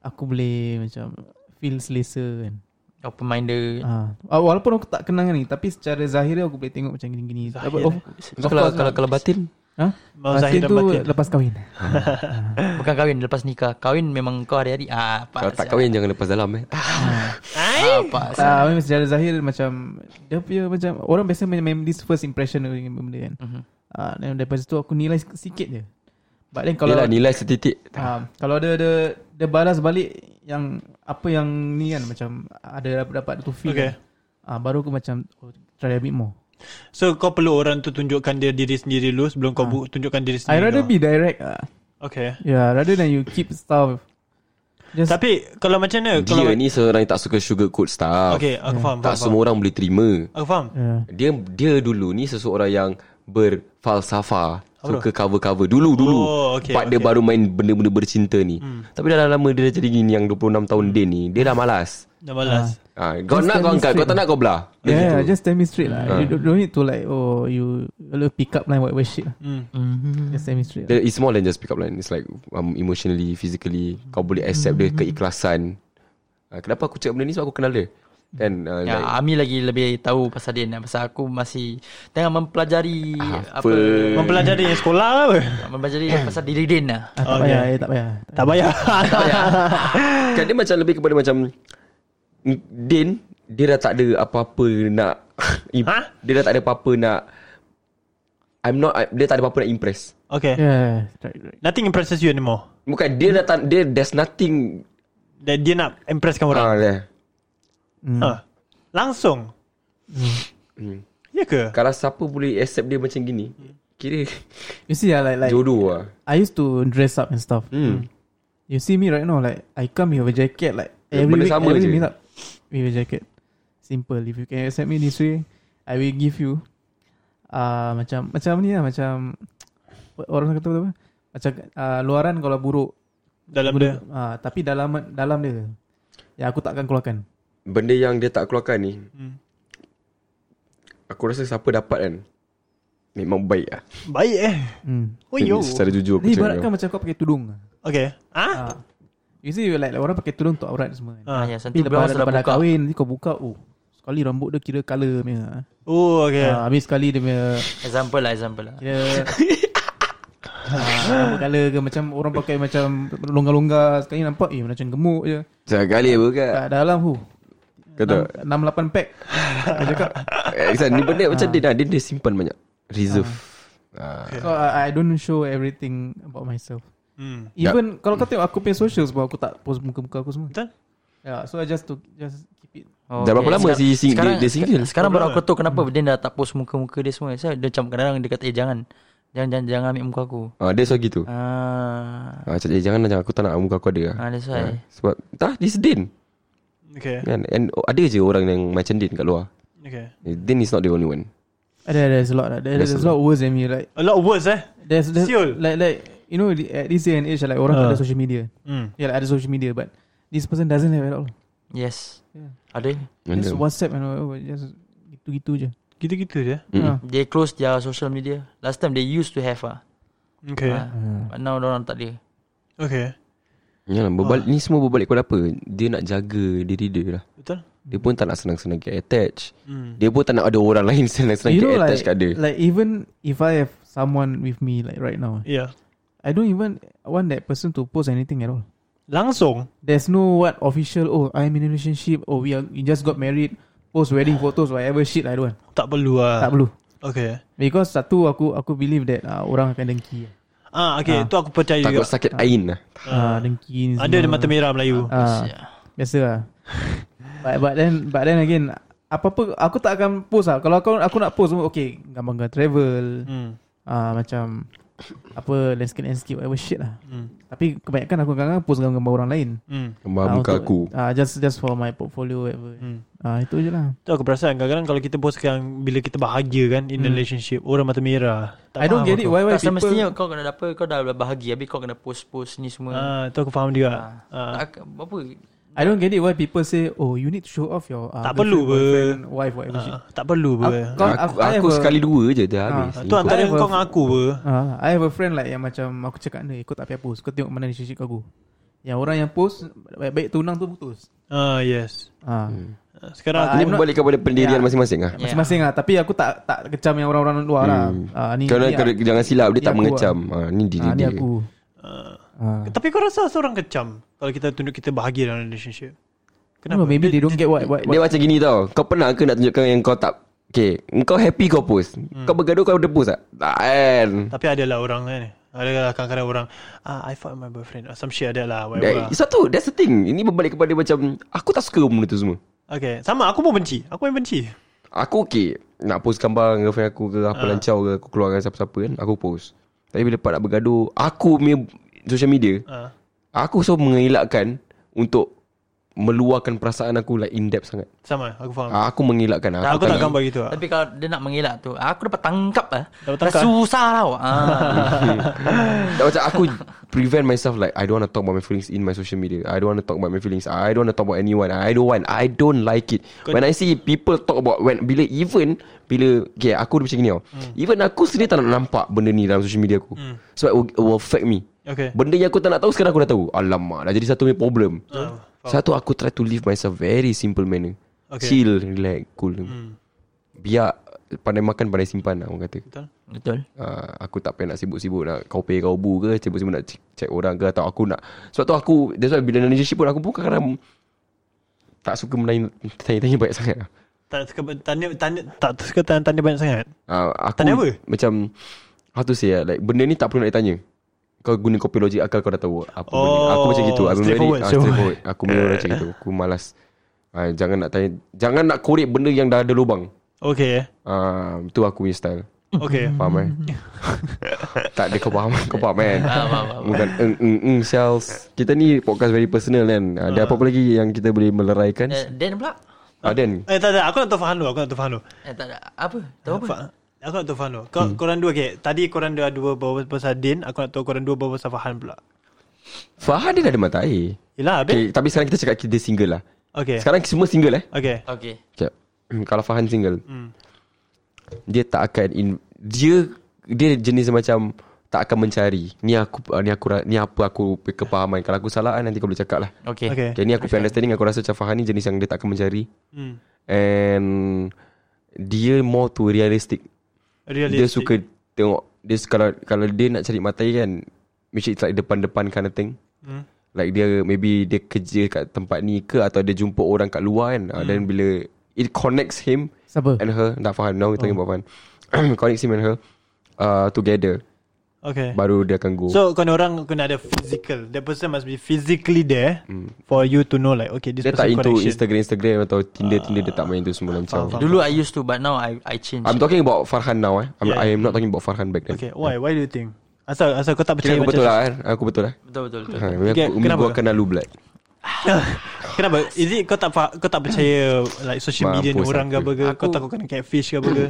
Speaker 6: aku boleh macam feel selesa kan.
Speaker 5: Open minded.
Speaker 6: Ah, uh, walaupun aku tak kenal ni tapi secara zahir aku boleh tengok macam gini-gini. Tapi,
Speaker 3: Zahir,
Speaker 6: of,
Speaker 4: so, kalau, kalau, kalau batin
Speaker 6: Ha?
Speaker 3: Mau
Speaker 6: Batin
Speaker 3: zahir dan
Speaker 6: tu
Speaker 3: batin.
Speaker 6: lepas kahwin.
Speaker 5: Bukan kahwin lepas nikah. Kahwin memang kau hari-hari. Ah, apa
Speaker 4: Kalau tak kahwin jangan lepas dalam eh.
Speaker 5: Apa
Speaker 6: Ah, memang secara zahir macam dia punya macam orang biasa main, main this first impression dengan benda kan.
Speaker 5: Mhm.
Speaker 6: Ah, dan daripada situ aku nilai sik- sikit je. But then
Speaker 4: Kalau Yelah
Speaker 6: kalau
Speaker 4: nilai setitik.
Speaker 6: Ah, kalau dia dia dia balas balik yang apa yang ni kan macam ada dapat dapat tu feel.
Speaker 3: Okay.
Speaker 6: Kan. Ah, baru aku macam oh, try a bit more.
Speaker 3: So kau perlu orang tu tunjukkan dia diri sendiri dulu sebelum kau bu- tunjukkan diri sendiri.
Speaker 6: I rather
Speaker 3: kau.
Speaker 6: be direct. Ah.
Speaker 3: Okay.
Speaker 6: Yeah, rather than you keep stuff. Just
Speaker 3: Tapi kalau macam mana? kalau
Speaker 4: Dia ni seorang yang tak suka sugar coat stuff.
Speaker 6: um,
Speaker 3: Okay, aku
Speaker 6: Hmm.
Speaker 3: faham.
Speaker 4: Tak
Speaker 3: faham,
Speaker 4: semua orang boleh terima.
Speaker 3: Faham. Aku faham.
Speaker 6: yeah.
Speaker 4: Dia dia dulu ni seseorang yang berfalsafah. Suka cover-cover Dulu dulu
Speaker 3: Oh, okay,
Speaker 4: Part dia
Speaker 3: okay.
Speaker 4: baru main Benda-benda bercinta ni Tapi dah lama dia dah jadi gini Yang 26 tahun dia ni Dia dah malas
Speaker 3: Dah
Speaker 6: Ah.
Speaker 3: balas.
Speaker 4: ha, Kau
Speaker 6: Just
Speaker 4: nak
Speaker 6: tell
Speaker 4: kau
Speaker 6: me
Speaker 4: angkat Kau
Speaker 6: straight
Speaker 4: tak nak kau belah Dia
Speaker 6: Yeah, yeah,
Speaker 4: gitu.
Speaker 6: just tell me straight lah. You don't, don't need to like oh you a little pick up line what what shit lah.
Speaker 3: Hmm.
Speaker 6: Just tell me straight. Lah.
Speaker 4: There- It's more than just pick up line It's like um, Emotionally Physically Kau boleh accept dia Keikhlasan uh, Kenapa aku cakap benda ni Sebab aku kenal dia Kan uh,
Speaker 5: Ya,
Speaker 4: like,
Speaker 5: Ami lagi lebih tahu pasal dia ni. Pasal aku masih tengah mempelajari
Speaker 4: Apa?
Speaker 5: apa,
Speaker 3: Mempelajari yang sekolah ke apa?
Speaker 6: Hmm.
Speaker 5: mempelajari pasal diri Din lah.
Speaker 6: Ah, tak
Speaker 3: Okay.
Speaker 6: payah, eh, tak payah.
Speaker 3: Tak payah. *laughs*
Speaker 4: Kan dia macam lebih kepada macam mm, Din Dia dah tak ada apa-apa nak *laughs*
Speaker 3: Ha?
Speaker 4: ha? Dia dah tak ada apa-apa nak I'm not I- Dia tak ada apa-apa nak impress
Speaker 3: okay.
Speaker 6: Yeah, right, right.
Speaker 3: Nothing impresses you anymore.
Speaker 4: Bukan dia dah tak dia, There's nothing
Speaker 3: Dia, dia nak impresskan orang.
Speaker 4: ah, there.
Speaker 6: Hmm.
Speaker 3: Ha. Langsung. Ya ke?
Speaker 4: Kalau siapa boleh accept dia macam gini Kira *laughs*
Speaker 6: You see, ah, like like
Speaker 4: jodoh lah
Speaker 6: I used to dress up and stuff.
Speaker 4: hmm.
Speaker 6: You see me right now, like I come with a jacket, like
Speaker 4: Eh,
Speaker 6: every
Speaker 4: benda
Speaker 6: week,
Speaker 4: sama
Speaker 6: every
Speaker 4: je.
Speaker 6: meet up with a jacket. Simple. If you can accept me this way, I will give you. Uh, macam macam ni lah, macam orang kata apa? Macam uh, luaran kalau buruk,
Speaker 3: Dalam dia.
Speaker 6: Ah, tapi dalam dalam dia. Ya aku tak akan keluarkan.
Speaker 4: Benda yang dia tak keluarkan ni
Speaker 3: Hmm.
Speaker 4: Aku rasa siapa dapat kan Memang baik lah
Speaker 3: Baik eh.
Speaker 6: Hmm.
Speaker 3: Oh yo.
Speaker 4: Secara jujur aku
Speaker 6: Ni
Speaker 4: cakap
Speaker 6: ibaratkan macam kau pakai tudung.
Speaker 3: Okay. Ah.
Speaker 6: Ah. You see like, like orang pakai tudung untuk aurat semua. Kan?
Speaker 5: Ah,
Speaker 3: Ha.
Speaker 5: ya,
Speaker 6: Tapi
Speaker 5: nanti bila
Speaker 6: lepas
Speaker 5: orang sudah
Speaker 6: lepas dah
Speaker 5: buka.
Speaker 6: kahwin nanti kau buka oh sekali rambut dia kira color punya.
Speaker 3: Oh, okay.
Speaker 6: Ah, habis sekali dia punya
Speaker 5: Example lah, example lah.
Speaker 6: kira ah, rambut color ke macam orang pakai macam longgar-longgar sekali nampak eh macam gemuk je.
Speaker 4: Sekali bukan
Speaker 6: Kat dalam hu.
Speaker 4: Kau tak
Speaker 6: 6, 8 pack. Aku cakap.
Speaker 4: Eh, Iksan, ni benda
Speaker 6: Ah.
Speaker 4: macam dia dah, dia, dia simpan banyak Reserve Ah.
Speaker 6: So, I, I don't show everything about myself.
Speaker 3: Hmm.
Speaker 6: Even kalau kau tengok aku punya social sebab aku tak post muka-muka aku semua.
Speaker 3: Betul?
Speaker 6: Yeah, so I just to just keep it.
Speaker 5: Oh,
Speaker 4: Dah berapa
Speaker 5: okay.
Speaker 4: lama
Speaker 5: Sekarang-
Speaker 4: si sing-
Speaker 5: sekarang-
Speaker 4: dia- dia single?
Speaker 5: seka- Sekarang baru aku tahu kenapa Din dah tak post muka-muka dia semua. Saya dia macam kadang-kadang dia kata eh jangan. Jangan jangan, jangan ambil muka aku.
Speaker 4: Ah, dia suka gitu.
Speaker 5: Ah,
Speaker 4: Ah, cakap, eh, jangan jangan aku tak nak muka aku ada.
Speaker 5: ah that's why.
Speaker 4: Ah, sebab tak disdin.
Speaker 3: Okay.
Speaker 4: Kan? And oh, ada je orang yang macam Din kat luar. Eh,
Speaker 3: Okay.
Speaker 4: Din is not the only one.
Speaker 6: There, there's a lot. lah. There,
Speaker 4: There's
Speaker 6: there's
Speaker 4: a
Speaker 6: a lot worse than me. Like
Speaker 3: A lot worse eh.
Speaker 6: there's, there's
Speaker 3: Siul.
Speaker 6: like like you know the- at this day and age like orang
Speaker 3: Ah.
Speaker 6: tak ada social media.
Speaker 3: Hmm.
Speaker 6: Yeah, like, ada social media but this person doesn't have it all.
Speaker 4: Ya.
Speaker 5: Yes.
Speaker 6: Yeah.
Speaker 5: Ada.
Speaker 4: Mana?
Speaker 6: Just WhatsApp and all, just gitu-gitu je.
Speaker 3: Gitu-gitu je.
Speaker 4: Mm-mm.
Speaker 6: Ah.
Speaker 5: They close their social media. Last time they used to have ah.
Speaker 3: Okay.
Speaker 5: Ah, But now orang tak ada.
Speaker 3: Okay.
Speaker 4: Yalah, ya lah, berbalik,
Speaker 6: Ah.
Speaker 4: ni semua berbalik kepada apa? Dia nak jaga diri dia lah.
Speaker 3: Betul?
Speaker 4: Dia pun tak nak senang-senang get attached.
Speaker 3: Hmm.
Speaker 4: Dia pun tak nak ada orang *laughs* lain senang-senang
Speaker 6: You
Speaker 4: get
Speaker 6: know like
Speaker 4: attached kat dia.
Speaker 6: like even if I have someone with me like right now,
Speaker 3: Yeah.
Speaker 6: I don't even want that person to post anything at all.
Speaker 3: Langsung.
Speaker 6: There's no what official. Oh, I'm in a relationship. Oh, we are we just got married. Post wedding photos, whatever shit. I don't. Want.
Speaker 3: Tak perlu
Speaker 6: Tak
Speaker 3: lah.
Speaker 6: perlu.
Speaker 3: Okay.
Speaker 6: Because satu aku aku believe that uh, orang akan dengki.
Speaker 3: Ah, okay.
Speaker 6: Ah.
Speaker 3: Tu aku percaya
Speaker 4: Takut
Speaker 3: juga.
Speaker 4: sakit ain lah.
Speaker 6: Ah, dengki. ni
Speaker 3: Ada
Speaker 6: semua.
Speaker 3: di mata merah Melayu.
Speaker 6: Ah, biasa lah. but, but then but then again apa-apa aku tak akan post lah. Kalau aku aku nak post okay, gambar-gambar travel.
Speaker 3: Hmm.
Speaker 6: Ah macam apa landscape landscape whatever shit lah. Tapi kebanyakan aku kadang-kadang post gambar orang lain.
Speaker 3: Hmm.
Speaker 4: Gambar muka
Speaker 6: untuk-
Speaker 4: aku.
Speaker 6: Ah just just for my portfolio whatever.
Speaker 3: Hmm.
Speaker 6: Ah itu je lah.
Speaker 3: Tu aku perasan kadang-kadang kalau kita post sekarang bila kita bahagia kan in hmm. relationship orang mata merah.
Speaker 6: I don't
Speaker 3: faham
Speaker 6: get it
Speaker 3: aku.
Speaker 6: why why Eh,
Speaker 5: Tak
Speaker 6: people
Speaker 5: semestinya kau kena ada apa Kau dah bahagia Habis kau kena post-post ni semua
Speaker 3: Ah, tu aku faham juga.
Speaker 5: Tak
Speaker 3: Ah.
Speaker 5: akan- Apa
Speaker 6: I don't get it why people say oh you need to show off your uh,
Speaker 3: Tak perlu
Speaker 6: girlfriend, boyfriend, wife whatever shit.
Speaker 3: Ah, tak perlu
Speaker 6: Aku,
Speaker 3: pun. Ah,
Speaker 4: aku,
Speaker 6: kau- I have
Speaker 4: aku
Speaker 6: a- Ah,
Speaker 4: sekali dua je dah habis.
Speaker 3: Tu
Speaker 4: Ikut.
Speaker 3: antara
Speaker 6: I have
Speaker 3: kau
Speaker 6: a-
Speaker 3: dengan aku pun.
Speaker 6: Ha, Ah, I have a friend like yang macam aku cakap ni, kau tak payah post. Kau tengok mana relationship aku. Yang orang yang post baik-baik tunang tu putus.
Speaker 3: Ah yes.
Speaker 6: Ha.
Speaker 4: Hmm.
Speaker 3: Ah, Sekarang aku
Speaker 6: Ah,
Speaker 4: Ini
Speaker 6: I'm not- Ya.
Speaker 4: kembali kepada pendirian
Speaker 6: Yeah.
Speaker 4: masing-masing lah
Speaker 5: Yeah.
Speaker 6: Masing-masing lah Tapi aku tak tak kecam yang orang-orang luar lah
Speaker 4: Hmm.
Speaker 6: ha, ni,
Speaker 4: Kerana
Speaker 6: ni,
Speaker 4: kerana- jangan silap Dia
Speaker 6: ni
Speaker 4: tak
Speaker 6: aku
Speaker 4: mengecam ha, Ni diri
Speaker 6: ha, ni
Speaker 4: dia
Speaker 6: aku
Speaker 3: ah.
Speaker 6: ha.
Speaker 3: Tapi kau rasa seorang kecam Kalau kita tunjuk kita bahagia dalam relationship
Speaker 6: Kenapa?
Speaker 3: Kenapa?
Speaker 6: No, maybe they don't get what, what,
Speaker 4: Dia
Speaker 6: what.
Speaker 4: macam gini tau Kau pernah ke nak tunjukkan yang kau tak Okay Kau happy kau post
Speaker 6: Hmm.
Speaker 4: Kau bergaduh kau ada post tak Tak kan
Speaker 3: Tapi ada lah orang kan Ada kadang-kadang orang ah, I fought with my boyfriend or Some shit ada lah
Speaker 4: That-
Speaker 3: whatever lah.
Speaker 4: Satu That's the thing Ini berbalik kepada macam Aku tak suka benda tu semua
Speaker 3: Okay Sama aku pun benci Aku pun benci
Speaker 4: Aku okay Nak post gambar dengan girlfriend aku ke
Speaker 6: Ah.
Speaker 4: Apa lancau ke Aku keluar dengan siapa-siapa kan Aku post Tapi bila part nak bergaduh Aku punya Social media
Speaker 3: Ah.
Speaker 4: Aku selalu mengelakkan Untuk Meluahkan perasaan aku Like in depth sangat
Speaker 3: Sama aku faham
Speaker 4: Ah,
Speaker 6: Ah.
Speaker 4: Aku mengelakkan
Speaker 3: Aku, tak gambar gitu lah
Speaker 5: Tapi kalau dia nak mengelak tu Aku dapat tangkap lah
Speaker 3: Dapat
Speaker 5: Dah
Speaker 3: tangkap.
Speaker 5: Susah tau
Speaker 4: *laughs*
Speaker 5: ah.
Speaker 4: Tak macam aku prevent myself like I don't want to talk about my feelings in my social media. I don't want to talk about my feelings. I don't want to talk about anyone. I don't want. I don't like it. When I see people talk about when bila even bila okay aku macam gini tau.
Speaker 3: Hmm.
Speaker 4: Even aku sendiri tak nak nampak benda ni dalam social media aku. Sebab it will, it will affect me.
Speaker 3: Okay
Speaker 4: Benda yang aku tak nak tahu sekarang aku dah tahu. Alamak, dah jadi satu punya problem.
Speaker 3: Oh,
Speaker 4: Satu aku try to live myself very simple manner.
Speaker 3: Okay. Hmm.
Speaker 4: Chill, relax, cool. Biar pandai makan pandai simpan lah orang kata.
Speaker 5: Betul
Speaker 4: Uh, aku tak payah nak sibuk-sibuk nak kau pay kau bu ke sibuk-sibuk nak cek, cek orang ke atau aku nak sebab tu aku that's why bila dalam relationship pun aku pun kadang tak suka menanya- tanya-tanya banyak sangat lah.
Speaker 3: Tak suka tanya, tanya Tak suka tanya, tanya banyak sangat
Speaker 4: uh, aku
Speaker 3: Tanya apa?
Speaker 4: macam how to say lah, like benda ni tak perlu nak ditanya kau guna kopi logik akal kau dah tahu apa
Speaker 3: Oh,
Speaker 4: benda ni. aku macam gitu I'm very
Speaker 3: straightforward,
Speaker 4: ah,
Speaker 3: straightforward.
Speaker 4: straightforward aku memang macam gitu aku malas uh, jangan nak tanya jangan nak korek benda yang dah ada lubang
Speaker 3: Okay
Speaker 4: uh, tu aku punya style
Speaker 3: Okay
Speaker 4: Faham eh *laughs* Tak ada kau faham Kau faham kan
Speaker 5: Hmm. faham, faham.
Speaker 4: Bukan eng eng eng shells Kita ni podcast very personal kan Ah, Ada apa-apa lagi yang kita boleh meleraikan
Speaker 5: Hmm. Eh, Dan pula
Speaker 4: Ah Dan
Speaker 3: Eh tak tak Aku nak tahu Fahan dulu Aku nak tahu Fahan dulu
Speaker 5: Eh tak ada Apa? Tahu apa?
Speaker 3: Fa- Aku nak tahu Fahan dulu
Speaker 4: Hmm.
Speaker 3: Kau, Korang dua okay. Tadi korang dua Dua bawa pasal Din Aku nak tahu korang dua Bawa pasal Fahan pula
Speaker 4: Fahad dia dah ada mata air
Speaker 3: Yelah habis
Speaker 4: okay, Tapi sekarang kita cakap Kita single lah
Speaker 3: Okay
Speaker 4: Sekarang semua single eh
Speaker 3: Okay
Speaker 5: Okay
Speaker 4: Sekejap Hmm, Kalau Fahan single
Speaker 5: Hmm.
Speaker 4: Dia tak akan in, Dia Dia jenis macam Tak akan mencari Ni aku ah, Ni aku ra- Ni apa aku Kepahaman Kalau aku salah ah, Nanti kau boleh cakap lah
Speaker 5: Okay,
Speaker 3: Okay.
Speaker 4: Okay, ni aku punya understanding Aku rasa macam Fahan ni jenis yang dia tak akan mencari
Speaker 3: hmm.
Speaker 4: And Dia more to realistic,
Speaker 3: Realistic
Speaker 4: Dia suka tengok Dia suka- kalau, kalau dia nak cari matai kan Make sure it's like depan-depan kind of thing
Speaker 3: Hmm.
Speaker 4: Like dia Maybe dia kerja kat tempat ni ke Atau dia jumpa orang kat luar kan hmm. Dan bila It connects him
Speaker 6: Siapa?
Speaker 4: And her Tak faham Now we
Speaker 3: Oh.
Speaker 4: talking about Fahan *clears throat* Connects him and her uh, Together
Speaker 3: Okay
Speaker 4: Baru dia akan
Speaker 3: Eh.
Speaker 4: go
Speaker 3: So kena orang kena ada physical. The person must be physically there for you to know like okay this
Speaker 4: Hmm. Dia tak
Speaker 3: person
Speaker 4: into
Speaker 3: connection.
Speaker 4: Instagram-Instagram Atau Tinder-Tinder Dia tak main tu semua macam
Speaker 3: faham.
Speaker 5: Dulu I used to But now I I change
Speaker 4: I'm talking about Farhan now eh I'm,
Speaker 3: Yeah,
Speaker 4: I am not talking about Farhan back then
Speaker 3: okay, why why do you think? Asal asal kau tak percaya
Speaker 4: Kira aku
Speaker 3: macam
Speaker 4: betul lah eh Aku betul lah
Speaker 5: Betul betul betul
Speaker 4: Ha, maybe
Speaker 3: Okay,
Speaker 4: aku, maybe
Speaker 3: kenapa?
Speaker 4: aku akan lalu black lah.
Speaker 3: *laughs* Kenapa? Is it kau tak fa- kau tak percaya like social media ni
Speaker 4: Mampus
Speaker 3: orang ke
Speaker 4: aku.
Speaker 3: apa ke? Kau
Speaker 5: Aku-
Speaker 3: takut kena catfish ke apa ke?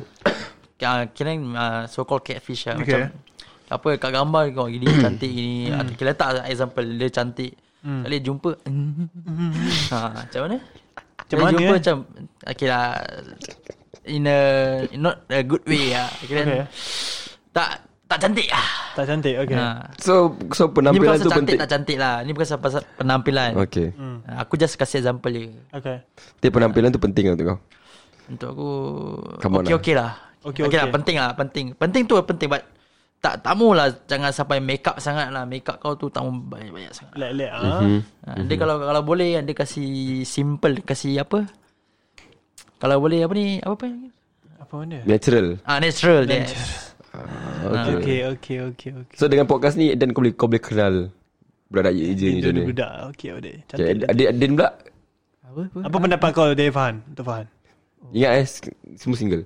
Speaker 5: uh, kira uh, so called catfish lah.
Speaker 3: Okay.
Speaker 5: Okay. Macam apa kat gambar kau *clears throat* gini cantik gini hmm. kita letak example dia cantik hmm. Kali *laughs* jumpa ha, Macam mana Macam
Speaker 3: mana,
Speaker 5: jumpa
Speaker 3: eh?
Speaker 5: macam Okay lah In a in Not a good way lah Kira
Speaker 3: Okay.
Speaker 5: Tak Tak cantik lah
Speaker 3: Tak cantik. Okay.
Speaker 5: ha.
Speaker 4: So so
Speaker 5: Ni bukan
Speaker 4: penampilan tu
Speaker 5: pasal cantik
Speaker 4: penting
Speaker 5: tak cantik lah Ni bukan pasal penampilan
Speaker 4: Okay
Speaker 5: Ah, Aku just kasih example je
Speaker 3: Okay.
Speaker 4: Tapi penampilan tu penting lah untuk kau
Speaker 5: Untuk aku
Speaker 4: Come on
Speaker 5: Okay
Speaker 4: lah.
Speaker 5: okay lah
Speaker 3: Okay,
Speaker 5: okay, lah
Speaker 3: okay.
Speaker 5: Penting lah penting Penting tu penting But tak tak mahu lah jangan sampai make up sangat lah make up kau tu tak mahu banyak-banyak sangat.
Speaker 3: Like like ah.
Speaker 4: Mhm.
Speaker 3: Mm-hmm.
Speaker 5: Ha, Dia kalau kalau boleh dia kasi simple kasi apa? Kalau boleh apa ni apa apa?
Speaker 3: Apa benda?
Speaker 4: Natural
Speaker 5: Ah natural dia. Yes.
Speaker 4: okay.
Speaker 3: Ah, Okay, okay, okay, okay.
Speaker 4: So dengan podcast ni Dan kau boleh kau boleh kenal Budak-budak je ni
Speaker 3: Itu
Speaker 4: macam ni
Speaker 3: budak. Okay, boleh.
Speaker 4: Okay,
Speaker 3: Cantik.
Speaker 4: Adin Adin pula
Speaker 6: Apa? apa?
Speaker 3: Apa pendapat kau dari Fahan? Untuk Fahan.
Speaker 4: Ingat eh s- Semua single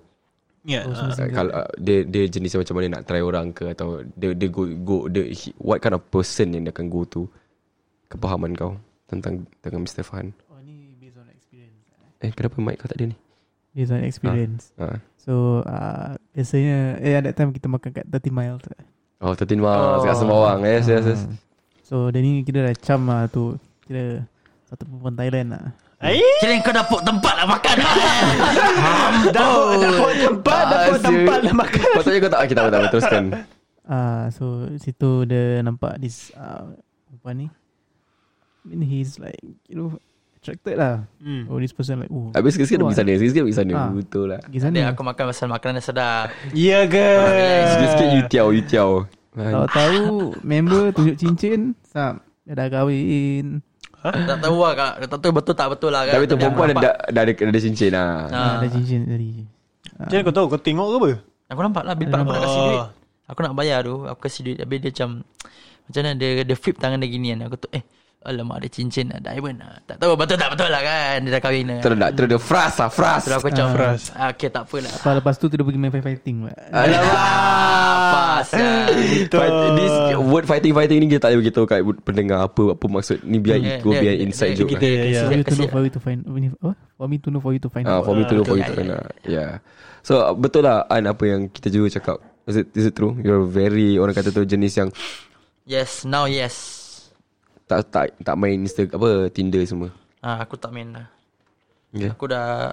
Speaker 3: Ya.
Speaker 6: Oh,
Speaker 3: ah.
Speaker 4: Uh, kalau uh, dia dia jenis macam mana nak try orang ke atau dia dia go go dia he- what kind of person yang dia akan go to kepahaman kau tentang tentang Mr Fahan
Speaker 6: Oh, ni based on experience.
Speaker 4: eh kenapa mic kau tak ada ni
Speaker 6: Based on experience.
Speaker 4: uh.
Speaker 6: So, uh, biasanya, eh, that time kita makan kat 30 miles. Ah.
Speaker 4: oh 13 miles oh. kat Sembawang yes yes
Speaker 6: *laughs*
Speaker 4: yes
Speaker 6: So, dia ni kita dah cam lah tu. Kira satu perempuan Thailand lah.
Speaker 3: Ai,
Speaker 5: Kira kau dapuk tempat lah makan
Speaker 3: *laughs*
Speaker 5: lah.
Speaker 3: dah dapat tempat,
Speaker 5: Ah,
Speaker 3: dapat tempat lah. nak makan.
Speaker 4: Patutnya kau tak Kita tak apa Teruskan
Speaker 6: Ah, so situ dia nampak this uh, perempuan ah, ni mean he's like you know attracted lah.
Speaker 3: Hmm.
Speaker 6: Oh this person like oh.
Speaker 4: Habis sikit-sikit nak pergi sana Sikit-sikit nak pergi sana
Speaker 6: Ah.
Speaker 4: Betul lah
Speaker 6: Pergi
Speaker 5: Dia
Speaker 6: sana.
Speaker 5: aku makan pasal makanan yang sedap
Speaker 3: Ya ke?
Speaker 4: Sikit-sikit you tiaw You tiaw
Speaker 6: Tahu-tahu member tunjuk cincin, sap dia dah kahwin.
Speaker 5: Tak tahu lah kak Tak tahu betul tak betul lah kak
Speaker 4: Tapi tu
Speaker 5: Tapi
Speaker 4: perempuan dah,
Speaker 5: aku
Speaker 4: dah,
Speaker 5: nampak.
Speaker 4: dah, ada, dah ada cincin lah
Speaker 5: Ah.
Speaker 6: Ah. Ada cincin tadi.
Speaker 3: Macam mana kau tahu? Kau tengok ke apa?
Speaker 5: Aku nampak lah Bila aku nak kasih
Speaker 3: Oh.
Speaker 5: duit Aku nak bayar tu Aku kasih duit Habis dia macam Macam mana dia, dia flip tangan dia gini kan Aku tu eh Alamak ada cincin lah Diamond lah Tak tahu betul tak betul lah kan Dia dah kahwin lah
Speaker 4: Terus dah Terus dia fras lah Fras
Speaker 5: Terus aku macam
Speaker 3: Fras.
Speaker 5: ah, Okay tak apalah
Speaker 6: Lepas, lepas tu tu dia pergi main fighting pula.
Speaker 4: Ah,
Speaker 5: Alamak
Speaker 4: *laughs* Fight, this word fighting fighting ni kita tak boleh beritahu kat pendengar apa apa maksud ni biar it go be an inside joke.
Speaker 3: kita-
Speaker 4: Lah.
Speaker 3: Ya.
Speaker 6: For you to
Speaker 5: Kasih
Speaker 6: know, for you to find, apa? For me to know, for you to find.
Speaker 4: Ah,
Speaker 6: out.
Speaker 4: for me to know for you to
Speaker 5: betul.
Speaker 4: know. Yeah. So uh, betul lah An apa yang kita juga cakap. Is it, is it true? You're very orang kata tu jenis yang
Speaker 5: Yes now yes
Speaker 4: tak tak tak main Insta apa Tinder semua.
Speaker 5: ah, Aku tak main lah
Speaker 3: Ya.
Speaker 4: Yeah.
Speaker 5: Aku dah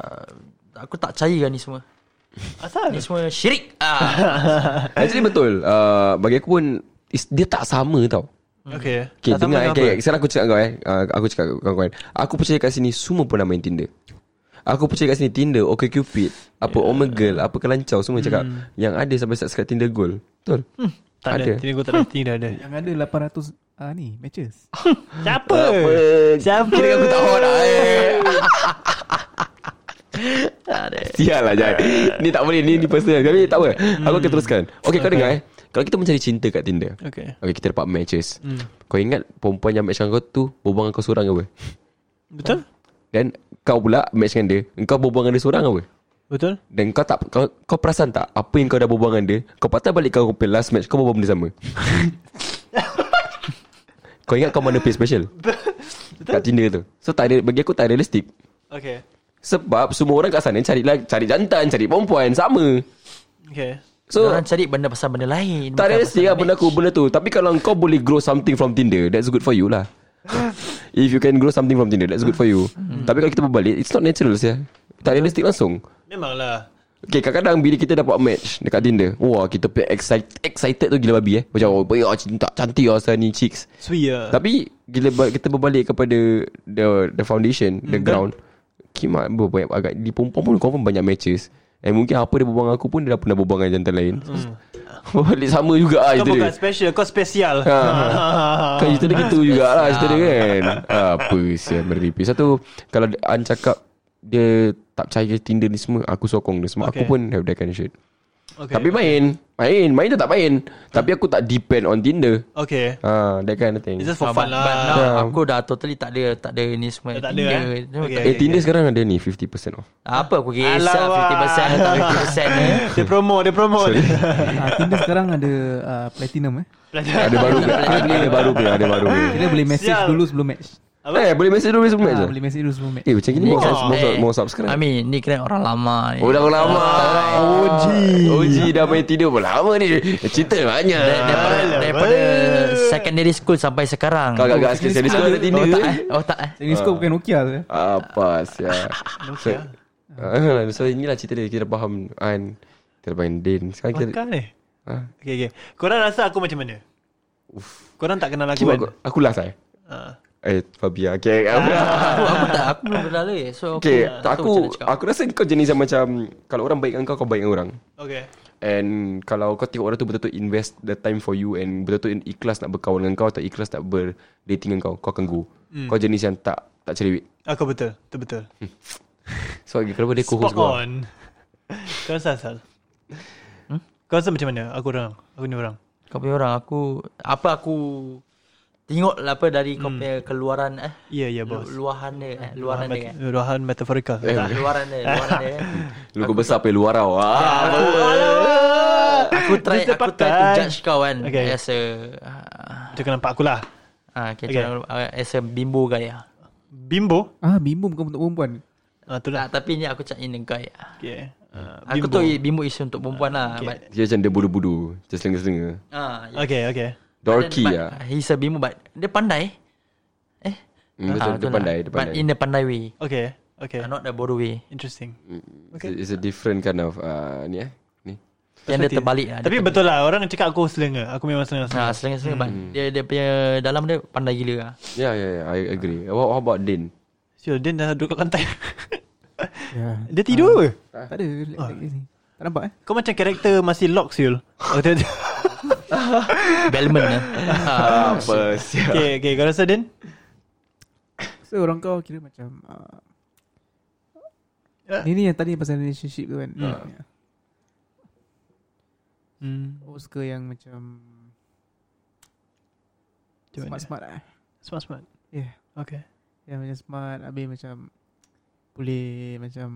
Speaker 5: Aku tak percaya ni semua Asal? Ni semua syirik
Speaker 4: *laughs*
Speaker 5: ah.
Speaker 4: Actually betul. Uh, bagi aku pun is, dia tak sama tau.
Speaker 3: Okay. Tak
Speaker 4: Okay,
Speaker 3: sama
Speaker 4: dengar
Speaker 3: dengan
Speaker 4: okay,
Speaker 3: apa?
Speaker 4: Sekarang aku cakap kau eh uh, Aku cakap kau kawan-kawan Aku percaya kat sini Semua pernah main Tinder Aku percaya got sini Tinder Okay Cupid Apa
Speaker 3: Ya.
Speaker 4: yeah. Omegle Apa Kelancau Semua hmm. cakap Yang ada sampai subscribe Tinder Gold Betul hmm.
Speaker 3: Tak ada. Tini kau tak ada. Tini
Speaker 4: *laughs*
Speaker 3: dah ada.
Speaker 6: Yang ada 800 ah, ni matches.
Speaker 3: Siapa? Siapa?
Speaker 4: Kira aku tak hot lah eh. Sial lah Jai Ni tak boleh Ni, ni personal Tapi tak apa Aku akan teruskan Okay kau dengar eh Kalau kita mencari cinta kat Tinder
Speaker 3: Okay.
Speaker 4: Okay kita dapat matches Kau ingat Perempuan yang match dengan kau tu Berbual dengan kau seorang ke apa
Speaker 3: Betul?
Speaker 4: Dan kau pula match dengan dia Kau berbual dengan dia seorang apa
Speaker 3: Betul?
Speaker 4: Dan kau tak kau, kau perasan tak Apa yang kau dah berbual dengan dia Kau patah balik kau punya last match Kau berbual benda sama Kau ingat kau mana pay special Kat Tinder tu So tak ada, bagi aku tak realistik
Speaker 3: Okay.
Speaker 4: Sebab semua orang kat sana Cari, cari jantan Cari perempuan Sama
Speaker 3: Okay.
Speaker 4: So
Speaker 5: Orang cari benda pasal benda lain
Speaker 4: tak
Speaker 5: bukan
Speaker 4: realistik
Speaker 5: pasal
Speaker 4: lah benda aku Benda tu Tapi kalau kau boleh grow something from Tinder That's good for you lah If you can grow something from Tinder That's good for you Tapi kalau kita berbalik It's not natural sih Tak realistik langsung
Speaker 3: Memanglah.
Speaker 4: Okay kadang-kadang bila kita dapat match Dekat Tinder Wah kita pun excited, excited tu gila babi eh Macam oh, ya, cinta, cantik lah saya ni chicks
Speaker 3: Sweet lah.
Speaker 4: Tapi Gila ba- kita berbalik kepada The the foundation The ground Kimak berbanyak agak Di perempuan pun confirm banyak matches And mungkin apa dia berbual dengan aku pun Dia dah pernah berbual dengan jantan lain *laughs* Balik sama juga lah
Speaker 3: Kau
Speaker 4: cerita dia Ha.
Speaker 3: bukan special. Kau spesial. *laughs*
Speaker 4: Kan cerita dia gitu jugalah Cerita dia kan Apa sih meripis Satu Kalau An cakap Dia tak percaya Tinder ni semua Aku sokong dia semua Aku
Speaker 3: Okay.
Speaker 4: pun have that kind of shit
Speaker 3: Okay.
Speaker 4: Tapi main Main Main tu tak main Tapi aku tak depend on Tinder
Speaker 3: Okay.
Speaker 4: Ah, That kind of thing
Speaker 3: It's just for
Speaker 5: Ah, but-
Speaker 3: fun
Speaker 5: but
Speaker 3: lah.
Speaker 5: now
Speaker 4: Ya.
Speaker 5: Aku dah totally tak ada Tak ada ni semua
Speaker 3: Dah tak ada,
Speaker 5: Tinder.
Speaker 3: eh?
Speaker 5: Dia
Speaker 3: Okay.
Speaker 5: tak-
Speaker 4: Eh Tinder sekarang ada ni 50% off
Speaker 5: Apa aku kisah
Speaker 3: Alamak. *laughs*
Speaker 5: 50% atau 50% ni
Speaker 3: Dia promo, dia promo. *laughs*
Speaker 6: Ah, Tinder sekarang ada ah, platinum eh.
Speaker 4: Ada baru punya Ada baru punya Ada baru punya
Speaker 6: Kita boleh message
Speaker 3: Sial.
Speaker 6: dulu sebelum match.
Speaker 4: Eh boleh message dulu Boleh
Speaker 6: Ah,
Speaker 4: message
Speaker 6: boleh message dulu sebelum match.
Speaker 4: Eh macam gini Mau subs- mau
Speaker 5: Eh,
Speaker 4: subs- mau subscribe
Speaker 5: I mean ni kena orang lama ni
Speaker 4: Oh dah lama OG OG dah main tidur pun lama ni Cerita banyak
Speaker 5: Dar- Daripada, daripada
Speaker 3: Eh.
Speaker 5: secondary school sampai sekarang
Speaker 4: Kau agak sikit Sekali sekolah ada
Speaker 5: Oh
Speaker 4: Tinder
Speaker 5: tak
Speaker 4: eh?
Speaker 5: eh Oh tak eh
Speaker 6: Jadi skop bukan Nokia tu. eh.
Speaker 4: Apa sia
Speaker 5: *laughs*
Speaker 4: Nokia Ah, lah, So inilah cerita dia Kita dah faham An Kita dah main Din Sekarang kita
Speaker 3: Makan ni.
Speaker 4: Ah.
Speaker 3: Okay, okay. Korang rasa aku macam mana? Uff. Korang tak kenal aku
Speaker 4: Kim
Speaker 3: kan?
Speaker 4: aku, aku last eh
Speaker 3: Ah.
Speaker 4: Eh Fabia Okay aku,
Speaker 5: Aku, aku tak Aku belum kenal dia Ah, So aku
Speaker 4: okay,
Speaker 5: tak tahu
Speaker 4: aku,
Speaker 5: macam nak cakap.
Speaker 4: aku rasa kau jenis yang macam Kalau orang baik dengan kau Kau baik dengan orang
Speaker 3: Okay.
Speaker 4: And kalau kau tengok orang tu betul-betul invest the time for you And betul-betul ikhlas nak berkawan dengan kau Tak ikhlas nak berdating dengan kau Kau akan go
Speaker 5: Hmm.
Speaker 4: mm. Kau jenis yang tak tak cerewet
Speaker 3: Aku betul. Itu betul.
Speaker 4: So kenapa dia co-host
Speaker 3: Spot
Speaker 4: kau
Speaker 3: on. *laughs* Kau rasa asal? Kau rasa macam mana? Aku orang. Aku ni orang.
Speaker 5: Kau punya orang Aku Apa aku Tengok lah apa dari kau punya keluaran eh
Speaker 3: Ya, ya,
Speaker 5: lu-
Speaker 3: Hmm. bos.
Speaker 5: Luahan dia eh, Luaran dia eh.
Speaker 3: Luahan metaforikal.
Speaker 5: Tak, Luaran dia Luaran dia eh?
Speaker 4: Lu kau besar perlu luarau ah,
Speaker 5: Aku try
Speaker 3: Mr.
Speaker 5: Aku try to
Speaker 3: Pakai.
Speaker 5: judge kau kan
Speaker 3: Okay.
Speaker 5: As a
Speaker 3: Macam kau nampak aku lah.
Speaker 5: ah, okay,
Speaker 3: Okay.
Speaker 5: Macam, ah, As a ah. bimbo gaya
Speaker 3: Bimbo.
Speaker 6: Ah, bimbum bukan untuk perempuan.
Speaker 3: Ah, tu lah.
Speaker 5: ah, Tapi ni aku cakap ini gaya
Speaker 3: Okay. Ah,
Speaker 5: Aku tahu bimbo is untuk perempuan lah
Speaker 3: Okay.
Speaker 5: But
Speaker 4: Dia macam dia bodoh-bodoh Macam selenga-selenga
Speaker 5: ah, yeah.
Speaker 3: Okay, okay.
Speaker 4: Dorky
Speaker 5: but,
Speaker 4: lah
Speaker 5: He's a bimbo but Dia pandai Eh
Speaker 4: Hmm, betul,
Speaker 5: Ah,
Speaker 4: dia
Speaker 5: tu
Speaker 4: pandai, dia
Speaker 5: But
Speaker 4: pandai.
Speaker 5: in the pandai way
Speaker 3: Okay, okay.
Speaker 5: Not the bodoh way
Speaker 4: Hmm.
Speaker 3: Interesting.
Speaker 4: okay. It's a different kind of uh, Ni eh Ni
Speaker 5: Yang dia
Speaker 3: Personality.
Speaker 5: terbalik lah.
Speaker 3: Tapi betul lah Orang cakap aku selenger Aku memang selenger
Speaker 5: Ha, selenge-selenge hmm. dia, dia punya dalam dia pandai gila lah.
Speaker 4: Yeah, yeah, yeah. Ya, I agree. Uh, What, what about Din?
Speaker 3: Sure Din dah duduk kat lantai *laughs*
Speaker 6: Ya.
Speaker 3: Dia tidur ke?
Speaker 6: Tak ada relax
Speaker 3: Ah.
Speaker 6: relax ni. Tak nampak eh?
Speaker 3: Kau macam karakter Masih lock
Speaker 4: *laughs*
Speaker 3: Syul oh, dia- dia-
Speaker 5: Bellman
Speaker 3: *laughs*
Speaker 5: lah. Ha.
Speaker 4: Apa siap?
Speaker 3: Okay, okay Kau rasa Din?
Speaker 6: So orang kau kira macam uh,
Speaker 3: Ah.
Speaker 6: Ni ni yang tadi pasal relationship tu kan hmm.
Speaker 3: Hmm,
Speaker 6: Oh suka yang macam
Speaker 3: Macam mana?
Speaker 6: Smart-smart lah
Speaker 3: Smart smart
Speaker 6: Yeah
Speaker 3: Okay
Speaker 6: Yang macam smart Habis macam Boleh macam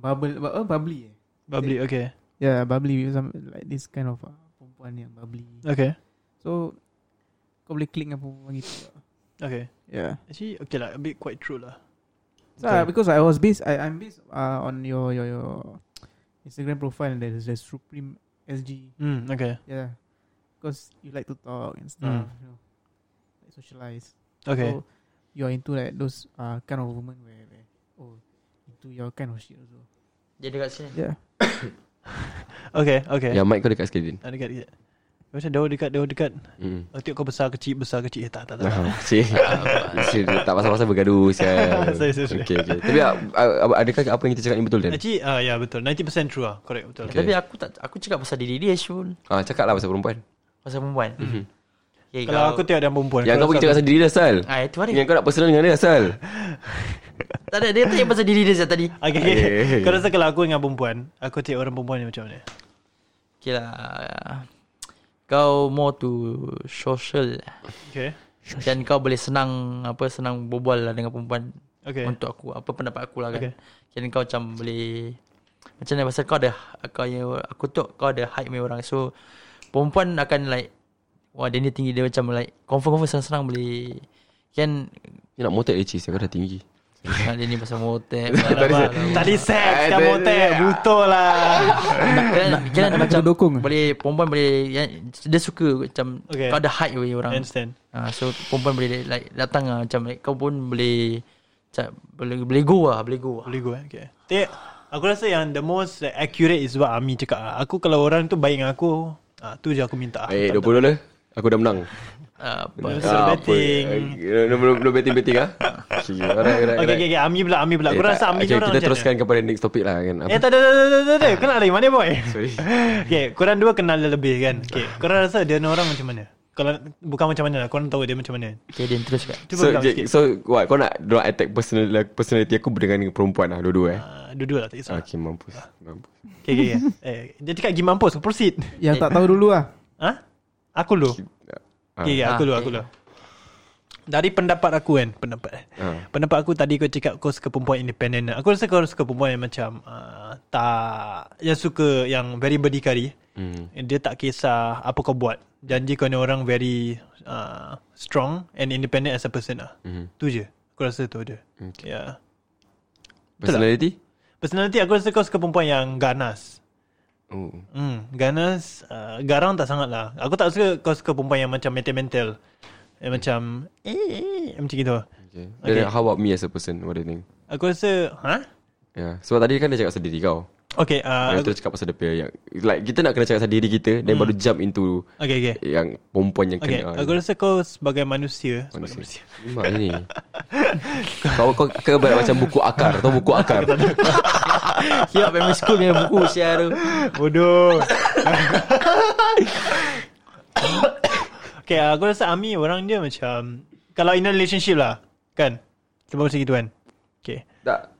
Speaker 6: Bubble bu- oh, Bubbly eh
Speaker 3: Bubbly okay
Speaker 6: Yeah bubbly with some, Like this kind of uh, Perempuan yang bubbly
Speaker 3: Okay
Speaker 6: So Kau boleh klik dengan perempuan gitu ya?
Speaker 3: Okay
Speaker 6: Yeah
Speaker 3: Actually okay lah A bit quite true lah
Speaker 6: So uh, because I was based I, I'm based uh, on your your your Instagram profile There is the Supreme SG
Speaker 3: Hmm okay
Speaker 6: Yeah. Because you like to talk and stuff, you know. Like socialize.
Speaker 3: Okay
Speaker 6: So you're into like those uh kind of woman where, where oh into your kind of shit also.
Speaker 5: Dia dekat sini.
Speaker 6: Yeah.
Speaker 3: Okay okay
Speaker 4: Ya, mic kau dekat sekali, Din.
Speaker 3: Ah, dekat dekat Macam daun dekat daun dekat
Speaker 4: Hmm.
Speaker 3: Oh, tengok kau besar kecil besar kecil eh, Tak tak
Speaker 4: *laughs*
Speaker 3: tak
Speaker 4: Ah,
Speaker 3: *laughs*
Speaker 4: Cik Cik, Tak pasal-pasal bergaduh sial.
Speaker 3: Ah, Sorry, sorry, sorry.
Speaker 4: Okay, okay. Tapi ah, ah, adakah apa yang kita cakap ni betul kan?
Speaker 3: Actually ah, ya betul 90% true lah Correct betul
Speaker 4: Okay.
Speaker 5: Okay. Tapi aku tak aku cakap pasal diri dia Syul.
Speaker 4: Ah, cakap lah pasal perempuan
Speaker 5: Pasal perempuan. Mm-hmm.
Speaker 3: Mhm.
Speaker 5: Okay,
Speaker 3: Kalau aku tiada perempuan
Speaker 4: Yang kau pergi
Speaker 3: rasa
Speaker 4: cakap pasal diri dia asal
Speaker 5: Ah, itu hari.
Speaker 4: Yang kau nak personal dengan dia asal
Speaker 5: Tak ada, dia tanya pasal diri dia sejak tadi.
Speaker 3: Okay,
Speaker 4: *laughs*
Speaker 3: okay.
Speaker 4: Okay.
Speaker 3: Kau rasa kalau aku dengan perempuan Aku tiap orang perempuan ni macam mana
Speaker 5: Okay lah. Kau more to social lah.
Speaker 3: Okay
Speaker 5: Dan kau boleh senang apa senang berbual lah dengan perempuan.
Speaker 3: Okay.
Speaker 5: Untuk aku apa pendapat aku lah
Speaker 3: Okay.
Speaker 5: kan. Okay. Dan kau macam boleh macam mana pasal kau ada kau yang aku tu kau ada height punya orang. So perempuan akan like wah dia ni tinggi dia macam like confirm confirm senang-senang boleh
Speaker 3: *laughs*
Speaker 5: kan
Speaker 4: Dia nak motor eh Cik Kau dah tinggi
Speaker 5: ah, dia ni pasal motek.
Speaker 3: Tadi
Speaker 4: Eh,
Speaker 3: seks Kamu
Speaker 4: tadi-
Speaker 3: teh Butuh
Speaker 4: *laughs*
Speaker 3: lah
Speaker 5: kan kan
Speaker 6: nak
Speaker 5: macam
Speaker 6: kena dokong ke?
Speaker 5: boleh perempuan boleh ya, dia suka macam
Speaker 3: Okay.
Speaker 5: okay. kau ada height weh orang.
Speaker 3: Understand
Speaker 5: Ha, so perempuan boleh like datang lah macam like, kau pun boleh macam, boleh boleh go lah, boleh go lah.
Speaker 3: Boleh go eh okay. Tapi Aku rasa yang the most like, accurate is what Ami cakap lah. Aku kalau orang tu baik dengan aku ah, Tu je aku minta
Speaker 4: Eh 20 dolar Aku dah menang
Speaker 5: Ah, apa?
Speaker 3: Boleh suruh betting.
Speaker 4: Eh, Belum betting-betting
Speaker 3: *laughs*
Speaker 4: ah Okay, alright, alright,
Speaker 3: Okay,
Speaker 4: alright.
Speaker 3: okay, okay. Ami pula, Ami pula. Aku
Speaker 4: Eh,
Speaker 3: rasa
Speaker 4: tak,
Speaker 3: Ami okay,
Speaker 4: okay,
Speaker 3: orang
Speaker 4: Kita
Speaker 3: macam
Speaker 4: teruskan
Speaker 3: mana?
Speaker 4: kepada next topik lah kan Apa-
Speaker 3: Eh, tak ada, tak ada, tak ada. Kenal dari mana, boy?
Speaker 4: *laughs* Sorry
Speaker 3: okay, korang dua kenal dia lebih kan? Okay, korang rasa dia ni orang macam mana? Kalau bukan macam mana lah, korang tahu dia macam mana.
Speaker 5: Okay, dia terus kat.
Speaker 3: Cuba
Speaker 4: So,
Speaker 3: bilang
Speaker 4: okay,
Speaker 3: sikit.
Speaker 4: so what, kau nak dorang attack personal, personality aku dengan perempuan lah dua-dua eh
Speaker 3: Ah, dua-dua lah, tak kisah.
Speaker 4: Okay mampus, mampus.
Speaker 3: Okay, okay, okay. Eh, dia cakap pergi mampus, proceed.
Speaker 6: Yang tak tahu dulu lah.
Speaker 3: Ha? Aku dulu.
Speaker 4: Ah,
Speaker 3: Okay, okay, aku
Speaker 5: Ah,
Speaker 3: dulu,
Speaker 5: okay.
Speaker 3: aku dulu. Dari pendapat aku kan, pendapat. eh.
Speaker 4: Ah.
Speaker 3: Pendapat aku tadi kau cakap kau suka perempuan independent. Aku rasa kau suka perempuan yang macam uh, tak yang suka yang very berdikari.
Speaker 4: Hmm.
Speaker 3: Dia tak kisah apa kau buat. Janji kau ni orang very uh, strong and independent as a person lah.
Speaker 4: Mhm.
Speaker 3: Tu je. Aku rasa tu dia.
Speaker 4: Okay.
Speaker 3: Yeah.
Speaker 4: Personality?
Speaker 3: Personality aku rasa kau suka perempuan yang ganas.
Speaker 4: Oh.
Speaker 3: Hmm, ganas, uh, garang tak sangat lah. Aku tak suka kau suka perempuan yang macam mental-mental. Yang macam, eh, eh, eh, macam gitu.
Speaker 4: Okay.
Speaker 3: Okay.
Speaker 4: Then how about me as a person? What do you think?
Speaker 3: Aku rasa, ha?
Speaker 4: Yeah. Sebab tadi kan dia cakap sendiri kau.
Speaker 3: Okay,
Speaker 4: Uh,
Speaker 3: uh,
Speaker 4: aku...
Speaker 3: aku,
Speaker 4: Terus cakap pasal dia punya yang like kita nak kena cakap pasal diri kita dan baru jump into
Speaker 3: okay, okay.
Speaker 4: yang perempuan yang
Speaker 3: Okay,
Speaker 4: kena.
Speaker 3: aku rasa kau sebagai manusia, sebagai manusia.
Speaker 4: Mak ni. kau kau kau ibarat macam buku akar, tahu buku akar.
Speaker 5: Kira primary school punya buku siar tu.
Speaker 3: Bodoh. okay, uh, aku rasa Ami orang dia macam kalau in a relationship lah, kan? Sebab macam gitu kan. Okay.
Speaker 4: tak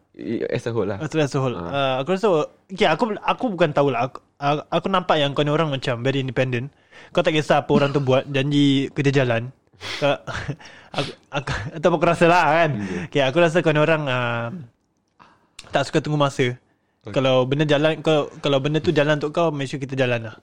Speaker 4: as a whole lah.
Speaker 3: As a whole. Uh, aku rasa okay, aku aku bukan tahulah. Aku, aku, aku nampak yang kau ni orang macam very independent. Kau tak kisah apa orang tu buat, *laughs* janji kerja jalan. Kau, *laughs* aku, aku, atau aku rasa lah kan. Okay, aku rasa kau ni orang uh, tak suka tunggu masa. Kalau benda jalan kalau kalau benda tu jalan untuk kau, make sure kita jalan lah.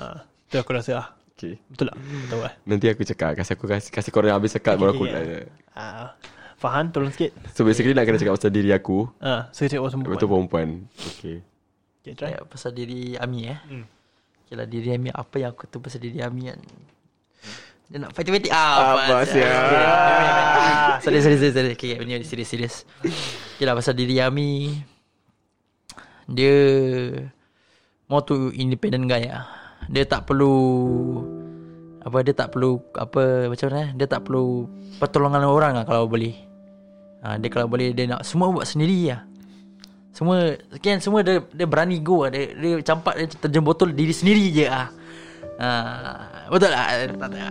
Speaker 3: Uh, tu aku rasa ah.
Speaker 4: Okay.
Speaker 3: Betul lah. Betul lah.
Speaker 4: Nanti aku cakap Kasih aku kasih, kasih korang habis cakap Baru aku
Speaker 3: okay,
Speaker 4: yeah.
Speaker 3: Uh, Fahan tolong sikit.
Speaker 4: So basically nak kena cakap Pasal diri aku
Speaker 3: Ah, uh, saya cakap semua.
Speaker 4: Lepas tu perempuan Okay
Speaker 3: Okay, try.
Speaker 5: Ya, pasal diri Ami eh. Hmm. Okay lah, diri Ami apa yang aku tu pasal diri Ami kan. Dia nak fight-fight ah,
Speaker 4: Apa
Speaker 5: sial. Sorry, sorry, sorry, sorry. Okay, ini serius, serius. Okay lah, pasal diri Ami. Dia more to independent guy lah. Dia tak perlu apa dia tak perlu apa macam mana eh? dia tak perlu pertolongan orang lah kalau boleh. Ha, dia kalau boleh dia nak semua buat sendiri lah. Semua kan semua dia dia berani go lah. dia dia campak dia terjem botol diri sendiri je ah. Uh, betul lah tak ada.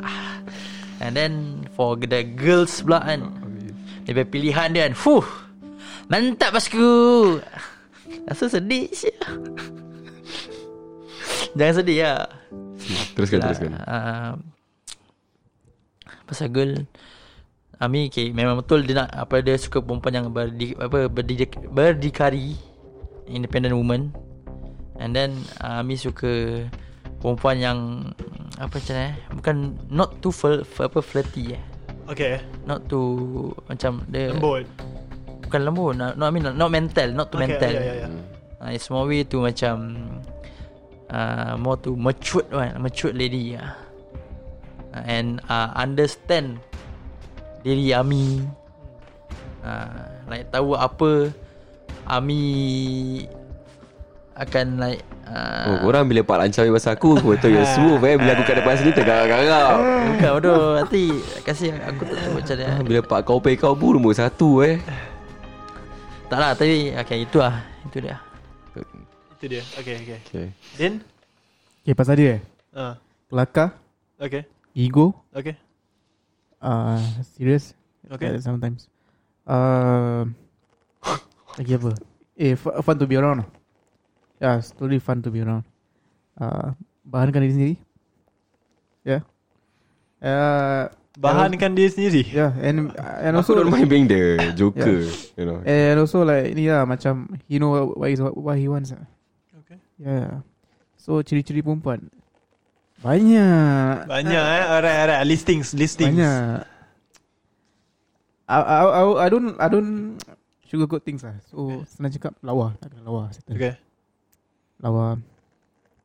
Speaker 5: And then for the girls pula kan Dia punya pilihan dia kan Fuh Mantap pasku Rasa sedih sih *laughs* Jangan sedih lah
Speaker 4: Teruskan, teruskan.
Speaker 5: uh, Pasal girl Ami okay, memang betul dia nak apa dia suka perempuan yang berdi, apa berdi, berdikari independent woman and then uh, Ami suka perempuan yang apa macam mana eh bukan not too fl- fl- apa flirty eh
Speaker 3: Okay
Speaker 5: not too macam dia
Speaker 3: Lembut
Speaker 5: bukan lembut no, no I mean not mental not too
Speaker 3: Okay, ya,
Speaker 5: mental
Speaker 3: yeah, yeah, yeah.
Speaker 5: Uh, it's more way to macam uh, more to mature one mature lady ya uh, and uh, understand diri Ami uh, like tahu apa Ami akan like uh,
Speaker 4: Oh, korang bila Pak Lancar pasal aku, aku betul yang smooth eh. Bila aku kat depan sini, tergarap-garap. Ah,
Speaker 5: bukan bodoh nanti kasih aku tak tahu macam mana
Speaker 4: Bila Pak kau pay kau pun nombor satu eh.
Speaker 5: tak lah tapi okay itu lah itu dia
Speaker 3: Itu dia Okay okay
Speaker 4: Okay.
Speaker 3: Din
Speaker 6: Okay pasal dia eh
Speaker 3: uh,
Speaker 6: Kelakar
Speaker 3: Okay
Speaker 6: Ego
Speaker 3: Okay
Speaker 6: uh, Serious
Speaker 3: Okay.
Speaker 6: Like that Sometimes uh, Lagi apa Eh fu- fun to be around lah. Yeah it's totally fun to be around uh, Bahankan diri sendiri Yeah uh,
Speaker 3: Bahankan diri sendiri
Speaker 6: Yeah and, and
Speaker 4: Aku
Speaker 6: also
Speaker 4: don't mind being the joker. You know.
Speaker 6: And also like ni lah macam he know what- what is what he wants lah.
Speaker 3: Okay.
Speaker 6: Yeah. So ciri-ciri perempuan banyak.
Speaker 3: Banyak eh Alright alright Listings Listings
Speaker 6: Banyak. I, I, I, I don't I don't sugarcoat things lah. So senang cakap lawa, tak kena lawa. Settle.
Speaker 3: Okay
Speaker 6: Lawa.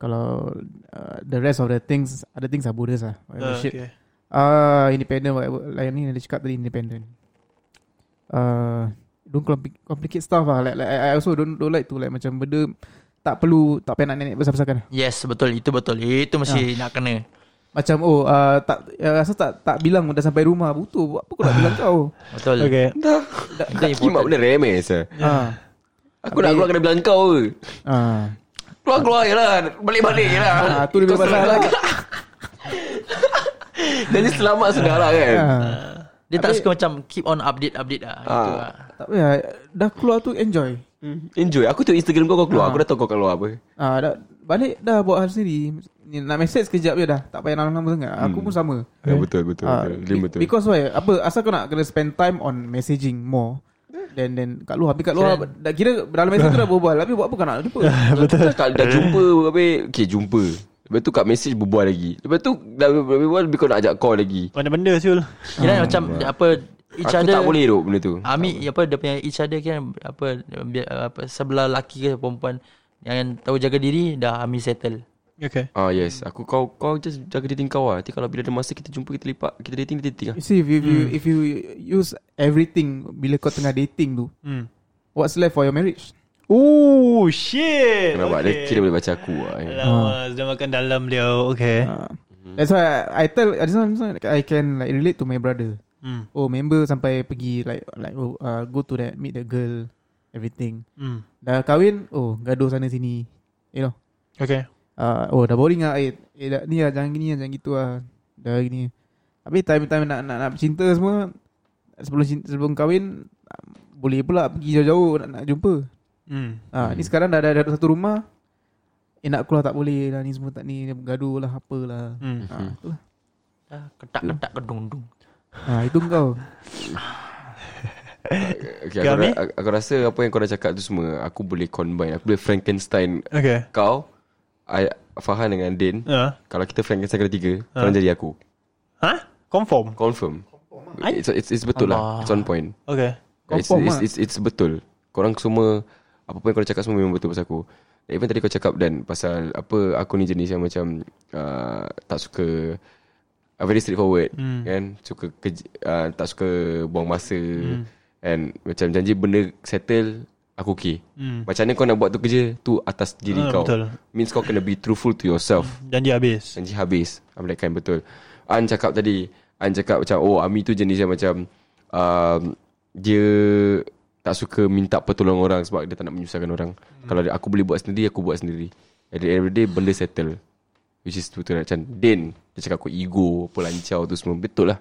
Speaker 6: Kalau uh, the rest of the things other things are bonus lah.
Speaker 3: uh,
Speaker 6: Whatever shit.
Speaker 3: Okay
Speaker 6: Ah, independent whatever. Like ni yang dia cakap tadi independent. Uh, don't compli- complicate stuff lah. Like, like I I also don't don't like to like macam benda tak perlu tak payah nak nenek besar-besarkan.
Speaker 5: yes betul itu betul itu mesti nak kena
Speaker 6: Macam oh uh, tak uh, rasa tak tak bilang dah sampai rumah butuh apa kau nak
Speaker 3: *laughs*
Speaker 6: bilang kau.
Speaker 5: betul
Speaker 3: Okay
Speaker 5: Itu important.
Speaker 4: Kimak benda remeh sah.
Speaker 6: Ha.
Speaker 4: Aku nak keluar kena bilang kau ke.
Speaker 6: Ha.
Speaker 4: Keluar-keluar je lah. Balik-balik je lah.
Speaker 6: Ah, tu dia punya pasal.
Speaker 4: *laughs* Jadi selamat saudara kan.
Speaker 6: Ha.
Speaker 5: Dia tak suka macam keep on update update lah. Gitu
Speaker 4: Ah.
Speaker 5: lah.
Speaker 6: Tak payah dah keluar tu enjoy.
Speaker 4: Hmm. Enjoy. Aku tengok Instagram kau, kau keluar. Aku dah tahu kau keluar apa.
Speaker 6: Ah dah balik dah buat hal sendiri. Ni, Nak message sekejap je dah. Tak payah lama-lama sangat. Aku pun sama.
Speaker 4: Ya, betul, betul.
Speaker 6: Ah,
Speaker 4: betul. Lim
Speaker 6: be-
Speaker 4: betul.
Speaker 6: Because why? Apa asal kau nak kena spend time on messaging more then then kat luar habis kat luar dah kira dalam message tu dah berbual tapi buat apa kau nak jumpa?
Speaker 4: Kan. *laughs* Betul. Dah, dah jumpa habis okay jumpa. Lepas tu kat message berbual lagi. Lepas tu dah berbual lebih kau nak ajak call lagi.
Speaker 3: Mana benda Syul
Speaker 5: Kira macam dia apa each
Speaker 4: Hmm. aku
Speaker 5: other.
Speaker 4: tak boleh duk benda tu.
Speaker 6: Ah.
Speaker 5: Ami apa dia punya each other kan apa, bi- apa sebelah laki ke perempuan yang tahu jaga diri dah Ami settle.
Speaker 3: Okay
Speaker 4: Ah yes, aku kau kau just jaga dating kau lah. Nanti kalau bila ada masa kita jumpa kita lipat, kita dating kita dating lah.
Speaker 6: You see if you, hmm. if you use everything bila kau tengah dating tu
Speaker 3: Hmm
Speaker 6: what's left for your marriage?
Speaker 3: Oh shit
Speaker 4: Nampak dia
Speaker 3: okay.
Speaker 4: kira boleh baca aku lah. eh.
Speaker 3: Alamak Sudah makan dalam dia Okay
Speaker 6: Ah.
Speaker 3: Mhm.
Speaker 6: That's why I, I tell this one, this one, I can like relate to my brother.
Speaker 3: Hmm
Speaker 6: Oh member sampai pergi like like oh, uh, go to that meet the girl everything.
Speaker 3: Hmm
Speaker 6: Dah kahwin oh gaduh sana sini. You know.
Speaker 3: Okay
Speaker 6: uh, oh dah boring lah eh, eh dah, ni lah jangan gini lah jangan gitu lah dah gini tapi time time nak nak, nak bercinta semua sebelum cin- sebelum kahwin ah, boleh pula pergi jauh-jauh nak, nak jumpa
Speaker 3: Hmm
Speaker 6: ah ni sekarang dah ada satu rumah eh nak keluar tak boleh lah ni semua tak ni gaduh lah apalah
Speaker 3: Hmm.
Speaker 6: ah tu lah
Speaker 5: Dah ketak-ketak kedung-dung.
Speaker 6: ah itu kau
Speaker 4: Okay, aku,
Speaker 3: Kami?
Speaker 4: ra- aku, aku rasa apa yang kau dah cakap tu semua aku boleh combine. Aku boleh Frankenstein
Speaker 3: Okay
Speaker 4: kau I, Farhan dengan Din.
Speaker 3: uh.
Speaker 4: Kalau kita Frankenstein kena tiga, kau jadi aku.
Speaker 3: Huh? Confirm
Speaker 4: Confirm. It's, it's, it's betul lah. It's on point.
Speaker 3: Okay
Speaker 4: It's,
Speaker 6: Confirm
Speaker 4: it's,
Speaker 6: lah.
Speaker 4: it's, it's betul. Korang semua apa pun yang kau cakap semua memang betul pasal aku. Even tadi kau cakap dan pasal apa aku ni jenis yang macam uh, tak suka uh, very straightforward hmm. kan suka kerja, uh, tak suka buang masa hmm. and macam janji benda settle Aku okay
Speaker 3: Hmm.
Speaker 4: Macam mana kau nak buat tu kerja Tu atas diri
Speaker 3: Ah,
Speaker 4: kau
Speaker 3: betul.
Speaker 4: Means kau kena be truthful to yourself
Speaker 3: Janji habis.
Speaker 4: Janji habis I'm like kind betul An cakap tadi An cakap macam Oh Ami tu jenis yang macam um, Dia Tak suka minta pertolongan orang Sebab dia tak nak menyusahkan orang hmm. Kalau dia- aku boleh buat sendiri Aku buat sendiri At the end of the day Benda settle Which is betul lah Macam Din Dia cakap aku ego Apa lancar tu semua Betul lah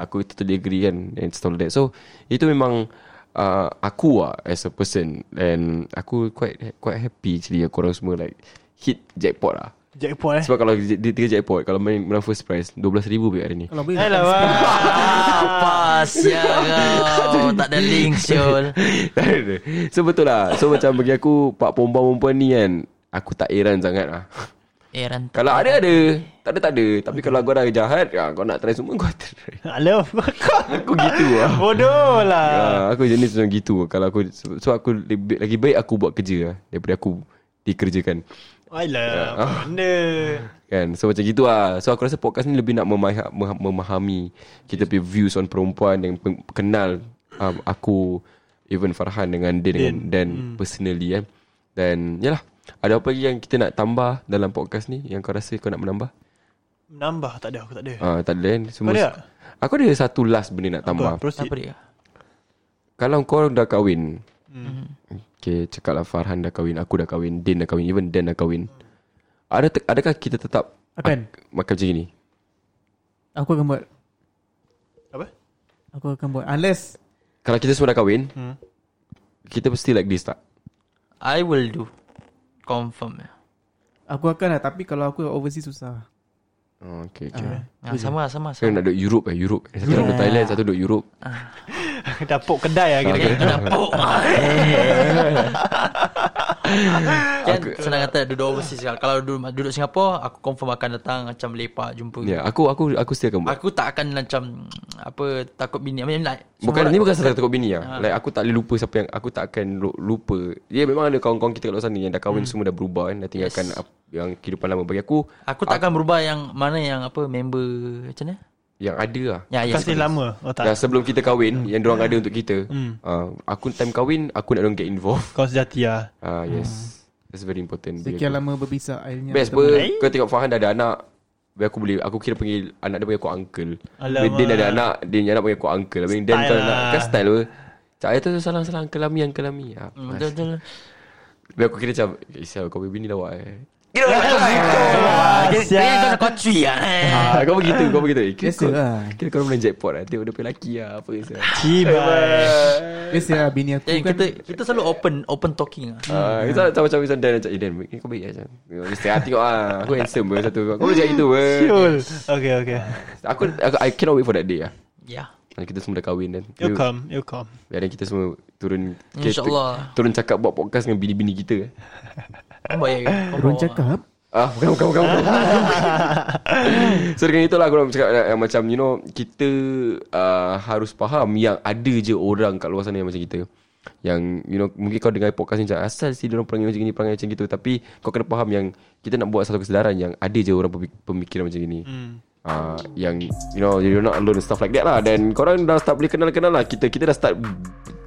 Speaker 4: Aku totally agree kan And stuff like that So Itu memang uh, Aku lah As a person And Aku quite Quite happy actually Korang semua like Hit jackpot lah
Speaker 3: Jackpot
Speaker 4: *laughs*
Speaker 3: eh.
Speaker 4: sebab kalau dia dia tiga jackpot Kalau main menang first prize 12,000 baik hari ni *laughs*
Speaker 6: Kalau boleh
Speaker 3: Alah, wah.
Speaker 5: Apa sia Ah, ya kau Tak ada link Syul
Speaker 4: Tak ada. So betul lah So macam bagi aku Pak perempuan-perempuan ni kan Aku tak heran sangat lah *laughs*
Speaker 5: Eh rantai
Speaker 4: Kalau ada ada Tak ada tak ada Tapi kalau kau dah jahat ah, Kau nak try semua kau try *laughs*
Speaker 3: Hello. *laughs*
Speaker 4: Aku gitu lah
Speaker 3: Bodoh
Speaker 4: *laughs*
Speaker 3: lah.
Speaker 4: Ah, aku jenis macam gitu Kalau aku So aku lebih, lagi baik aku buat kerja lah Daripada aku dikerjakan
Speaker 3: Alah, apa benda.
Speaker 4: Kan So macam gitu lah So aku rasa podcast ni Lebih nak memaha- meha- memahami Kita punya views on perempuan Dan peng- kenal um, Aku Even Farhan dengan Din Dengan Dan
Speaker 3: Hmm.
Speaker 4: Personally kan Dan Yalah Ada apa lagi yang kita nak tambah Dalam podcast ni Yang kau rasa kau nak menambah
Speaker 3: Nambah tak ada aku tak ada.
Speaker 4: Ah, Tak ada kan Semua
Speaker 3: Kau ada tak?
Speaker 4: Aku ada satu last benda nak tambah
Speaker 3: Apa? Proceed.
Speaker 5: Apa dia
Speaker 4: Kalau kau dah kahwin
Speaker 3: Hmm.
Speaker 4: Okay Cakap lah Farhan dah kahwin Aku dah kahwin Din dah kahwin Even Dan dah kahwin ada te- Adakah kita tetap
Speaker 6: Akan
Speaker 4: Makan macam ni
Speaker 6: Aku akan buat
Speaker 3: Apa?
Speaker 6: Aku akan buat Unless
Speaker 4: Kalau kita semua dah kahwin Kita mesti like this tak
Speaker 5: I will do Confirm ya.
Speaker 6: Aku akan lah Tapi kalau aku overseas susah
Speaker 4: oh, Okay okay
Speaker 5: ah, Sama lah, sama
Speaker 4: Saya
Speaker 5: sama
Speaker 4: nak duduk Europe eh Europe Satu duduk Thailand Satu duduk Europe
Speaker 3: Dapuk kedai lah
Speaker 4: Ah,
Speaker 3: kira-kira.
Speaker 5: Kan kenapa
Speaker 4: *laughs*
Speaker 5: Kan senang kata Duduk overseas kan. Kalau duduk, duduk Singapore Aku confirm akan datang Macam lepak jumpa
Speaker 4: Ya aku aku aku still akan buat
Speaker 5: Aku tak akan macam Apa Takut bini I mean, like,
Speaker 4: Bukan
Speaker 5: semua
Speaker 4: ni
Speaker 5: orang-
Speaker 4: bukan salah takut bini lah Like aku tak boleh lupa siapa yang Aku tak akan lu- lupa Ya memang ada kawan-kawan kita kat luar sana Yang dah kahwin semua dah berubah kan Dah tinggalkan ap- Yang kehidupan lama Bagi aku
Speaker 5: Aku
Speaker 4: Ah.
Speaker 5: tak akan berubah yang Mana yang apa Member Macam mana
Speaker 4: Yang ada lah
Speaker 5: Ya ya
Speaker 3: Kasih lama. Oh
Speaker 4: Dah
Speaker 3: tak.
Speaker 4: sebelum kita kahwin Yang diorang ada untuk kita Ah, Aku time kahwin Aku nak diorang get involved
Speaker 3: Kau sejati lah.
Speaker 4: Ah Yes That's very important bagi
Speaker 6: Sekian
Speaker 4: aku.
Speaker 6: lama berpisah akhirnya
Speaker 4: Ya Best
Speaker 6: bertemu.
Speaker 4: apa Kau tengok Farhan dah ada anak Habis aku boleh Aku kira panggil Anak dia panggil aku uncle Alamak.
Speaker 3: Alamak.
Speaker 4: Dia dah ada anak Dia punya anak panggil aku uncle Habis Dan kau
Speaker 3: Style
Speaker 4: nak
Speaker 3: lah.
Speaker 4: Kan style apa Cak ayah tu salah-salah Uncle Ami Uncle Ami ha,
Speaker 5: Hmm, Betul betul
Speaker 4: Habis aku kira macam eh, Sial kau punya bini lawak eh
Speaker 5: Ah, Dia dia kau nak kocui lah eh.
Speaker 4: Ah, kau begitu Kau begitu Eh, Kira,
Speaker 6: Biasa
Speaker 4: kau,
Speaker 6: lah.
Speaker 4: kira kau menang jackpot lah Tengok dia punya lelaki lah Apa yang saya
Speaker 3: Cibai.
Speaker 6: Best lah bini aku
Speaker 5: Jadi
Speaker 6: kan
Speaker 5: kita kita selalu open open talking lah.
Speaker 4: Ah, kita macam macam macam Dan macam eh, Dan eh, kau baik lah macam. Mesti hati kau ah. Aku handsome ber satu. Kau boleh cakap itu ber.
Speaker 3: Syul. Okay, okay.
Speaker 4: Aku, aku I cannot wait for that day lah.
Speaker 5: Ya.
Speaker 4: Kalau Kita semua dah kahwin dan
Speaker 3: You come, you come.
Speaker 4: Biar kita semua turun kita-
Speaker 5: InsyaAllah.
Speaker 4: Turun cakap buat podcast dengan bini-bini kita eh.
Speaker 5: Apa ya?
Speaker 6: Orang cakap
Speaker 4: Ah, bukan, bukan, bukan, bukan. so dengan itulah aku nak cakap eh, eh, Macam you know Kita uh, harus faham Yang ada je orang kat luar sana yang macam kita Yang you know Mungkin kau dengar podcast ni macam Asal sih diorang perangai macam gini Perangai macam gitu Tapi kau kena faham yang Kita nak buat satu kesedaran Yang ada je orang pemik- pemikiran macam gini hmm. Uh, yang you know you're not alone and stuff like that lah dan korang dah start boleh kenal-kenal lah kita kita dah start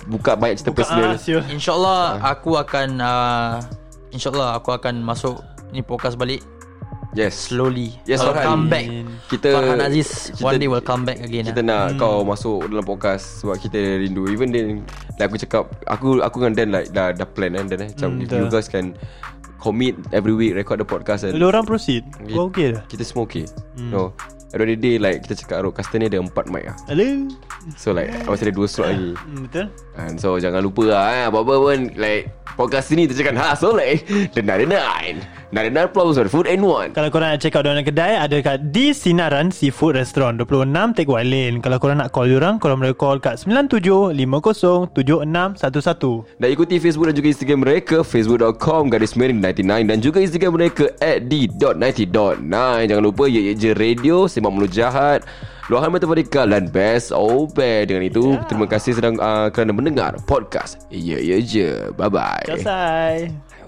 Speaker 4: buka banyak cerita personal
Speaker 3: Ah, Syul.
Speaker 5: InsyaAllah aku akan uh, InsyaAllah aku akan masuk ni podcast balik
Speaker 4: yes
Speaker 5: slowly.
Speaker 4: Yes,
Speaker 5: Kalau
Speaker 4: Farhan.
Speaker 5: come back.
Speaker 4: Kita
Speaker 5: Farhan Aziz one day will come back again.
Speaker 4: Kita
Speaker 5: lah.
Speaker 4: nak
Speaker 3: Hmm.
Speaker 4: kau masuk dalam podcast sebab kita rindu. Even then like aku cakap aku aku dengan Dan like dah dah plan kan Dan eh. Macam if you
Speaker 3: Hmm, betul.
Speaker 4: guys can commit every week record the podcast and
Speaker 3: Lu Hmm. orang proceed. Kau okay dah?
Speaker 4: kita semua okay. No. At the end of the day like kita cakap roadcaster ni ada empat mic lah.
Speaker 3: Hello?
Speaker 4: So like masih ada dua slot lagi.
Speaker 3: Hmm, Betul?
Speaker 4: And so jangan lupa lah eh, Apa-apa pun Like Podcast ni tercakap Ha so like *laughs* Denar-denar Denar-denar plus Food and one
Speaker 3: Kalau korang nak check out Diorang kedai Ada kat Di Sinaran Seafood Restaurant 26 Teck White Lane Kalau korang nak call diorang Korang boleh call kat 97507611
Speaker 4: Dan ikuti Facebook dan juga Instagram mereka Facebook.com garis miring 99 Dan juga Instagram mereka At d.90.9 Jangan lupa Ye Ye Je Radio Semak Mulut Jahat Luahan Metaforika Dan Best Obe Dengan itu ah, Terima kasih sedang uh, kerana mendengar Podcast Ye Ye Je Bye-bye
Speaker 3: Selesai